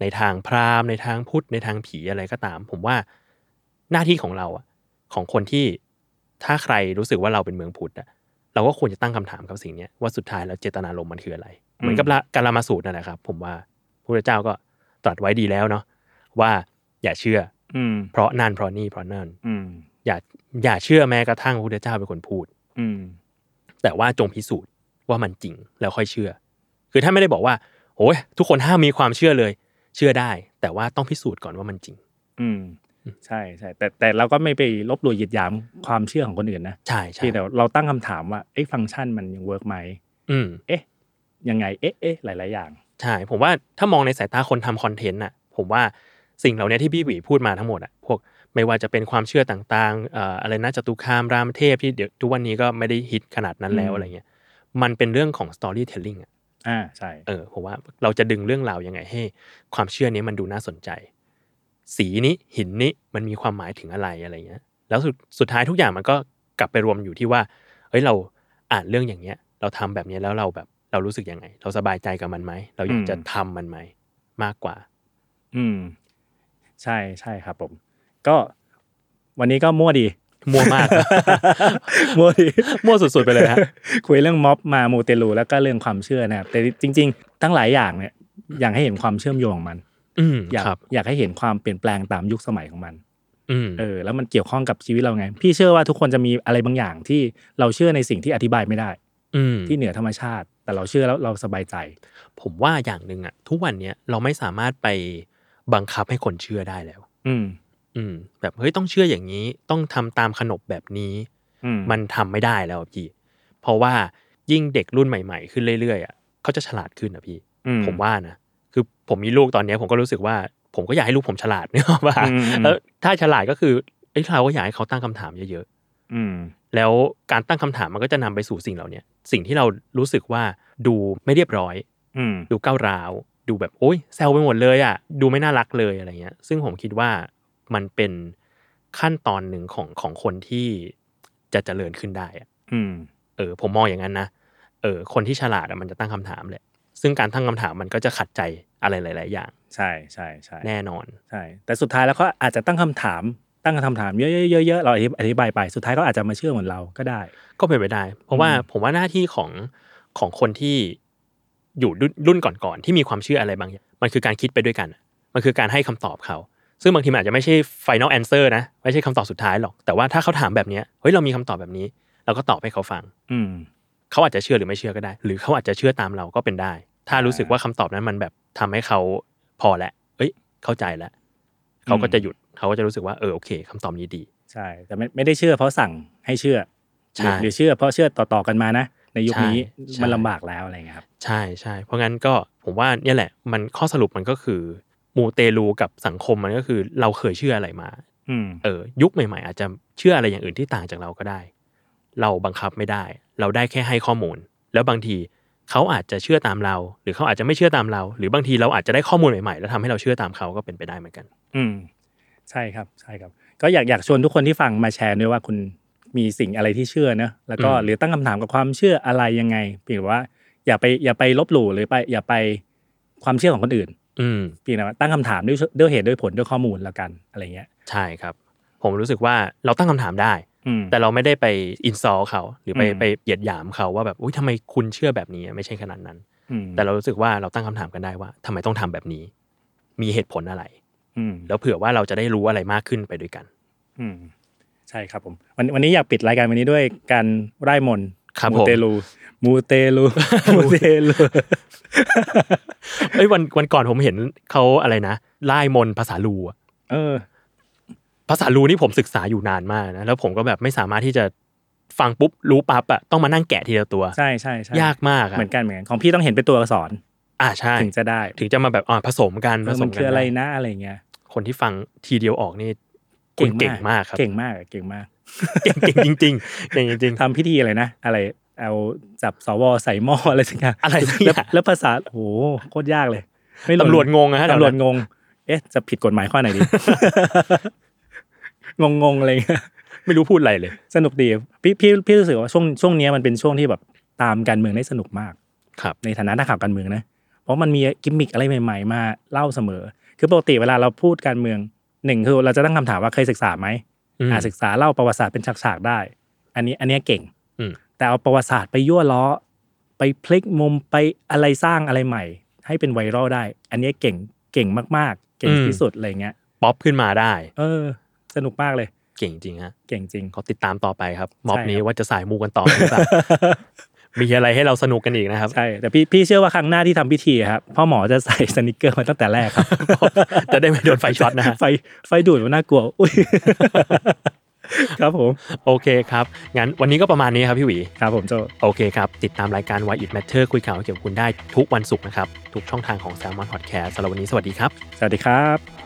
[SPEAKER 2] ในทางพราหมณ์ในทางพุทธในทางผีอะไรก็ตาม ผมว่าหน้าที่ของเราอะของคนที่ถ้าใครรู้สึกว่าเราเป็นเมืองพุทธอะเราก็ควรจะตั้งคำถามกับสิ่งเนี้ยว่าสุดท้ายแล้วเจตนารมณ์มันคืออะไร เหมือนกับละการามาสูตรนั่นแหละครับ ผมว่าพระเจ้าก็ตรัสไว้ดีแล้วเนาะว่าอย่าเชื่อ
[SPEAKER 4] อืม
[SPEAKER 2] เพราะนั่นเพราะนี่เพราะนั่น
[SPEAKER 4] อืม
[SPEAKER 2] อย่าอย่าเชื่อแม้กระทั่งพระพุทธเจ้าเป็นคนพูด
[SPEAKER 4] อืม
[SPEAKER 2] แต่ว่าจงพิสูจน์ว่ามันจริงแล้วค่อยเชื่อ คือถ้านไม่ได้บอกว่าโอ้ยทุกคนห้ามมีความเชื่อเลย เชื่อได้ แต่ว่าต้องพิสูจน์ก่อนว่ามันจริง
[SPEAKER 4] อืมใช่ใช่แต่แต่เราก็ไม่ไปลบหลู่เหยียดหยามความเชื่อของคนอื่นนะ
[SPEAKER 2] ใช่ใช่
[SPEAKER 4] เพียงแต่เราตั้งคำถามว่าเอ๊ะฟังก์ชันมันยังเวิร์กไหม
[SPEAKER 2] อืม
[SPEAKER 4] ยังไงเอ๊ะเอ๊ะหลาย ๆ อย่าง
[SPEAKER 2] ใช่ ผมว่าถ้ามองในสายตาคนทำคอนเทนต์น่ะ ผมว่าสิ่งเหล่านี้ที่พี่หวีพูดมาทั้งหมดอ่ะพวกไม่ว่าจะเป็นความเชื่อต่างๆเอ่ออะไรนะจตุคามรามเทพที่เดี๋ยวทุกวันนี้ก็ไม่ได้ฮิตขนาดนั้นแล้
[SPEAKER 4] อื
[SPEAKER 2] ว
[SPEAKER 4] ม
[SPEAKER 2] อะไรเงี้ยมันเป็นเรื่องของ storytelling อ่ะ
[SPEAKER 4] อ่าใช่
[SPEAKER 2] เออผมว่าเราจะดึงเรื่องราวยังไงให้ ความเชื่อนี้มันดูน่าสนใจ สีนี้หินนี้มันมีความหมายถึงอะไรอะไรเงี้ย แล้วสุดสุดท้ายทุกอย่างมันก็กลับไปรวมอยู่ที่ว่า เฮ้ยเราอ่านเรื่องอย่างเงี้ย เราทำแบบเนี้ยแล้วเราแบบเรารู้สึกยังไง เราสบายใจกับมันไหม เราอยากจะ
[SPEAKER 4] อืม
[SPEAKER 2] ทำมันไหมมากกว่า
[SPEAKER 4] อืม ใช่ใช่ครับผม ก็วันนี้ก็มั่วดี
[SPEAKER 2] มั่วมาก
[SPEAKER 4] มั่วดี
[SPEAKER 2] มั่วสุดๆไปเลยฮะ
[SPEAKER 4] คุยเรื่องม็อบมามูเตลูแล้วก็เรื่องความเชื่อนะครับแต่จริง ๆ ทั้งหลายอย่างเนี่ยอยากให้เห็นความเชื่อมโยงของมัน
[SPEAKER 2] อืม
[SPEAKER 4] อยาก
[SPEAKER 2] ครับ
[SPEAKER 4] อยากให้เห็นความเปลี่ยนแปลงตามยุคสมัยของมัน
[SPEAKER 2] อืม
[SPEAKER 4] เออแล้วมันเกี่ยวข้องกับชีวิตเราไง พี่เชื่อว่าทุกคนจะมีอะไรบางอย่างที่เราเชื่อในสิ่งที่อธิบายไม่ได้
[SPEAKER 2] อืม
[SPEAKER 4] ที่เหนือธรรมชาติ แต่เราเชื่อแล้วเราสบายใจ
[SPEAKER 2] ผมว่าอย่างหนึ่งอะทุกวันเนี้ยเราไม่สามารถไปบังคับให้คนเชื่อได้แล้ว
[SPEAKER 4] อืม
[SPEAKER 2] อืม แบบเฮ้ยต้องเชื่ออย่างนี้ ต้องทำตามขนบแบบนี้
[SPEAKER 4] อืม
[SPEAKER 2] มันทำไม่ได้แล้วอะพี่ เพราะว่ายิ่งเด็กรุ่นใหม่ ๆ ขึ้นเรื่อยๆอ่ะเขาจะฉลาดขึ้นอะพี่
[SPEAKER 4] อื
[SPEAKER 2] ผมว่านะ คือผมมีลูกตอนเนี้ยผมก็รู้สึกว่า ผมก็อยากให้ลูกผมฉลาด เนี่ยว่า
[SPEAKER 4] อืม
[SPEAKER 2] แล้วถ้าฉลาดก็คือไอ้ยเราก็อยากให้เขาตั้งคำถามเยอะ
[SPEAKER 4] อืม
[SPEAKER 2] ๆ แล้วการตั้งคำถามมันก็จะนำไปสู่สิ่งเหล่าเนี้ยสิ่งที่เรารู้สึกว่าดูไม่เรียบร้อย
[SPEAKER 4] อืม
[SPEAKER 2] ดูก้าวร้าว ดูแบบโอ๊ยแซวไปหมดเลยอ่ะดูไม่น่ารักเลยอะไรเงี้ย ซึ่งผมคิดว่ามันเป็นขั้นตอนหนึ่งของของคนที่จะเจริญขึ้นได้อะ
[SPEAKER 4] อืม
[SPEAKER 2] เออผมมองอย่างนั้นนะ เออคนที่ฉลาดอะมันจะตั้งคำถามแหละ ซึ่งการตั้งคำถามมันก็จะขัดใจอะไรหลาย ๆ อย่าง
[SPEAKER 4] ใช่ใช่ใช่
[SPEAKER 2] แน่นอน
[SPEAKER 4] ใช่ แต่สุดท้ายแล้วก็อาจจะตั้งคำถาม ตั้งคำถามเยอะๆเยอะๆเราอธิอธิบายไป สุดท้ายก็อาจจะมาเชื่อเหมือนเราก็ได้
[SPEAKER 2] ก็เป็นไปได้ เพราะว่าผมว่าหน้าที่ของของคนที่อยู่รุ่นรุ่นก่อน ๆ ที่มีความเชื่ออะไรบางอย่าง มันคือการคิดไปด้วยกันอะมันคือการให้คำตอบเขา ซึ่งบางทีมันอาจจะไม่ใช่ final answer นะ ไม่ใช่คำตอบสุดท้ายหรอก แต่ว่าถ้าเขาถามแบบเนี้ยเฮ้ยเรามีคำตอบแบบนี้ เราก็ตอบให้เขาฟัง
[SPEAKER 4] อืม
[SPEAKER 2] เขาอาจจะเชื่อหรือไม่เชื่อก็ได้ หรือเขาอาจจะเชื่อตามเราก็เป็นได้ ถ้ารู้สึกว่าคำตอบนั้นมันแบบทำให้เขาพอแล้วเอ้ย เข้าใจแล้ว เขาก็จะหยุด เขาก็จะรู้สึกว่า เออ โอเค คำตอบนี้ดี
[SPEAKER 4] ใช่ แต่ไม่ไม่ได้เชื่อเพราะสั่งให้เชื่อ
[SPEAKER 2] ใช่
[SPEAKER 4] หรือหรือเชื่อเพราะเชื่อต่อๆกันมานะ ในยุคนี้
[SPEAKER 2] ใช่ใช่
[SPEAKER 4] มันลำบากแล้วอะไรเงี้ยครับ
[SPEAKER 2] ใช่ใช่เพราะงั้นก็ผมว่าเนี่ยแหละ มันข้อสรุปมันก็คือมูเตลูกับสังคมมันก็คือเราเคยเชื่ออะไรมา
[SPEAKER 4] อืม
[SPEAKER 2] เออยุคใหม่ ๆ อาจจะเชื่ออะไรอย่างอื่นที่ต่างจากเราก็ได้ เราบังคับไม่ได้ เราได้แค่ให้ข้อมูล แล้วบางทีเขาอาจจะเชื่อตามเรา หรือเขาอาจจะไม่เชื่อตามเรา หรือบางทีเราอาจจะได้ข้อมูลใหม่ๆ แล้วทำให้เราเชื่อตามเขาก็เป็นไปได้เหมือนกัน
[SPEAKER 4] อืมใช่ครับใช่ครับ ก็อยากอยากชวนทุกคนที่ฟังมาแชร์ด้วยว่าคุณมีสิ่งอะไรที่เชื่อเนอะแล้วก็
[SPEAKER 2] อืม
[SPEAKER 4] หรือตั้งคำถามกับความเชื่ออะไรยังไงเพียงแต่ว่า อย่าไปอย่าไปลบหลู่หรือไปอย่าไปความเชื่อของคนอื่น
[SPEAKER 2] อืม
[SPEAKER 4] เพียงแต่ว่าตั้งคำถามด้วยด้วยเหตุด้วยผลด้วยข้อมูลแล้วกันอะไรเงี้ย
[SPEAKER 2] ใช่ครับ ผมรู้สึกว่าเราตั้งคำถามได้
[SPEAKER 4] อืม
[SPEAKER 2] แต่เราไม่ได้ไปอินซอลเขา หรือไป
[SPEAKER 4] อืม
[SPEAKER 2] ไปเหยียดหยามเขาว่าแบบอุ้ยทำไมคุณเชื่อแบบนี้ไม่ใช่ขนาดนั้น
[SPEAKER 4] อืม
[SPEAKER 2] แต่เรารู้สึกว่าเราตั้งคำถามกันได้ว่าทำไมต้องทำแบบนี้ มีเหตุผลอะไร
[SPEAKER 4] อืม
[SPEAKER 2] แล้วเผื่อว่าเราจะได้รู้อะไรมากขึ้นไปด้วยกัน
[SPEAKER 4] อืมใช่ครับผมวันวันนี้อยากปิดรายการวันนี้ด้วยการไร่มนต์
[SPEAKER 2] ครับผม
[SPEAKER 4] มูเตลูมูเต ลูมูเตลู
[SPEAKER 2] เอ้ยวันวันก่อนผมเห็นเขาอะไรนะไล่มนต์ภาษาลูอะ
[SPEAKER 4] เออ
[SPEAKER 2] ภาษาลูนี่ผมศึกษาอยู่นานมากนะแล้วผมก็แบบไม่สามารถที่จะฟังปุ๊บรู้ปั๊บอะต้องมานั่งแกะทีละตัว
[SPEAKER 4] ใช่ใช่ใช่
[SPEAKER 2] ยากมากอะ
[SPEAKER 4] เหมือนกันเหมือนกันของพี่ต้องเห็นเป็นตัวอักษร
[SPEAKER 2] อ่าใช่
[SPEAKER 4] ถึงจะได้
[SPEAKER 2] ถึงจะมาแบบอ่าผสมกัน
[SPEAKER 4] เอ
[SPEAKER 2] ผ
[SPEAKER 4] อ
[SPEAKER 2] ส
[SPEAKER 4] มัน
[SPEAKER 2] มกั
[SPEAKER 4] คืออะไร
[SPEAKER 2] ด้
[SPEAKER 4] นะอะไรเงี้ย
[SPEAKER 2] คนที่ฟังทีเดียวออกนี่คุณเก่งมากครับ
[SPEAKER 4] เก่งมากเก่งมาก
[SPEAKER 2] เก่งเก่งจริงๆเก่งจริง
[SPEAKER 4] ทำพิธีอะไรนะ อะไรเอาจับสวใส่หม้ออะไรสักอย่าง
[SPEAKER 2] อะไรสักอ
[SPEAKER 4] แล้ว
[SPEAKER 2] ย่าง
[SPEAKER 4] แล้วภาษาโหโคตรยากเลยไม่
[SPEAKER 2] ๆ
[SPEAKER 4] รู้
[SPEAKER 2] ตำรวจงงนะฮะ
[SPEAKER 4] ตำรวจงง เอ๊ะ จะผิดกฎหมายข้อไหน ดี งงงๆอะไรเงี้ย
[SPEAKER 2] ไม่รู้พูดอะไรเลย
[SPEAKER 4] สนุกดี พี่พี่พี่รู้สึกว่าช่วงช่วงเนี้ยมันเป็นช่วงที่แบบตามการเมืองได้สนุกมาก
[SPEAKER 2] ครับ
[SPEAKER 4] ในฐานะนักข่าวการเมืองนะ เพราะมันมีกิมมิคอะไรใหม่ ๆ มาเล่าเสมอ คือปกติเวลาเราพูดการเมืองหนึ่งคือเราจะตั้งคำถามว่าเคยศึกษาไหม
[SPEAKER 2] อืม
[SPEAKER 4] อ่าศึกษาเล่าประวัติศาสตร์เป็นฉากๆได้ อันนี้อันเนี้ยเก่ง
[SPEAKER 2] อืม
[SPEAKER 4] แต่เอาประวัติศาสตร์ไปยั่วล้อ ไปพลิกมุมไปอะไรสร้างอะไรใหม่ ให้เป็นไวรัลได้ อันเนี้ยเก่งเก่งมากๆ เก่งที่สุดอะไรเงี้ย
[SPEAKER 2] ป๊อปขึ้นมาได้
[SPEAKER 4] เออ สนุกมากเลย
[SPEAKER 2] เก่งจริงฮะ
[SPEAKER 4] เก่งจริง
[SPEAKER 2] ก็ติดตามต่อไปครับม็อบนี้
[SPEAKER 4] ใช่ครับ
[SPEAKER 2] ว่าจะสายมูกันต่อหรือเปล่า มีอะไรให้เราสนุกกันอีกนะครับ
[SPEAKER 4] ใช่ แต่พี่พี่เชื่อว่าครั้งหน้าที่ทำพิธีอะครับพ่อหมอจะใส่สนิกเกอร์มาตั้งแต่แรก ครับ
[SPEAKER 2] จะได้ไม่โดนไฟช็อตนะฮะ
[SPEAKER 4] ไฟไฟดูดมันน่ากลัว อุ้ย ครับผม
[SPEAKER 2] โอเคครับ งั้นวันนี้ก็ประมาณนี้ครับพี่หวี
[SPEAKER 4] ครับผมโจ
[SPEAKER 2] โอเคครับ ติดตามรายการ Why It Matter คุยข่าวเกี่ยวกับคุณได้ทุกวันศุกร์นะครับ ทุกช่องทางของ Salmon Podcast สำหรับวันนี้สวัสดีครับ
[SPEAKER 4] สวัสดีครับ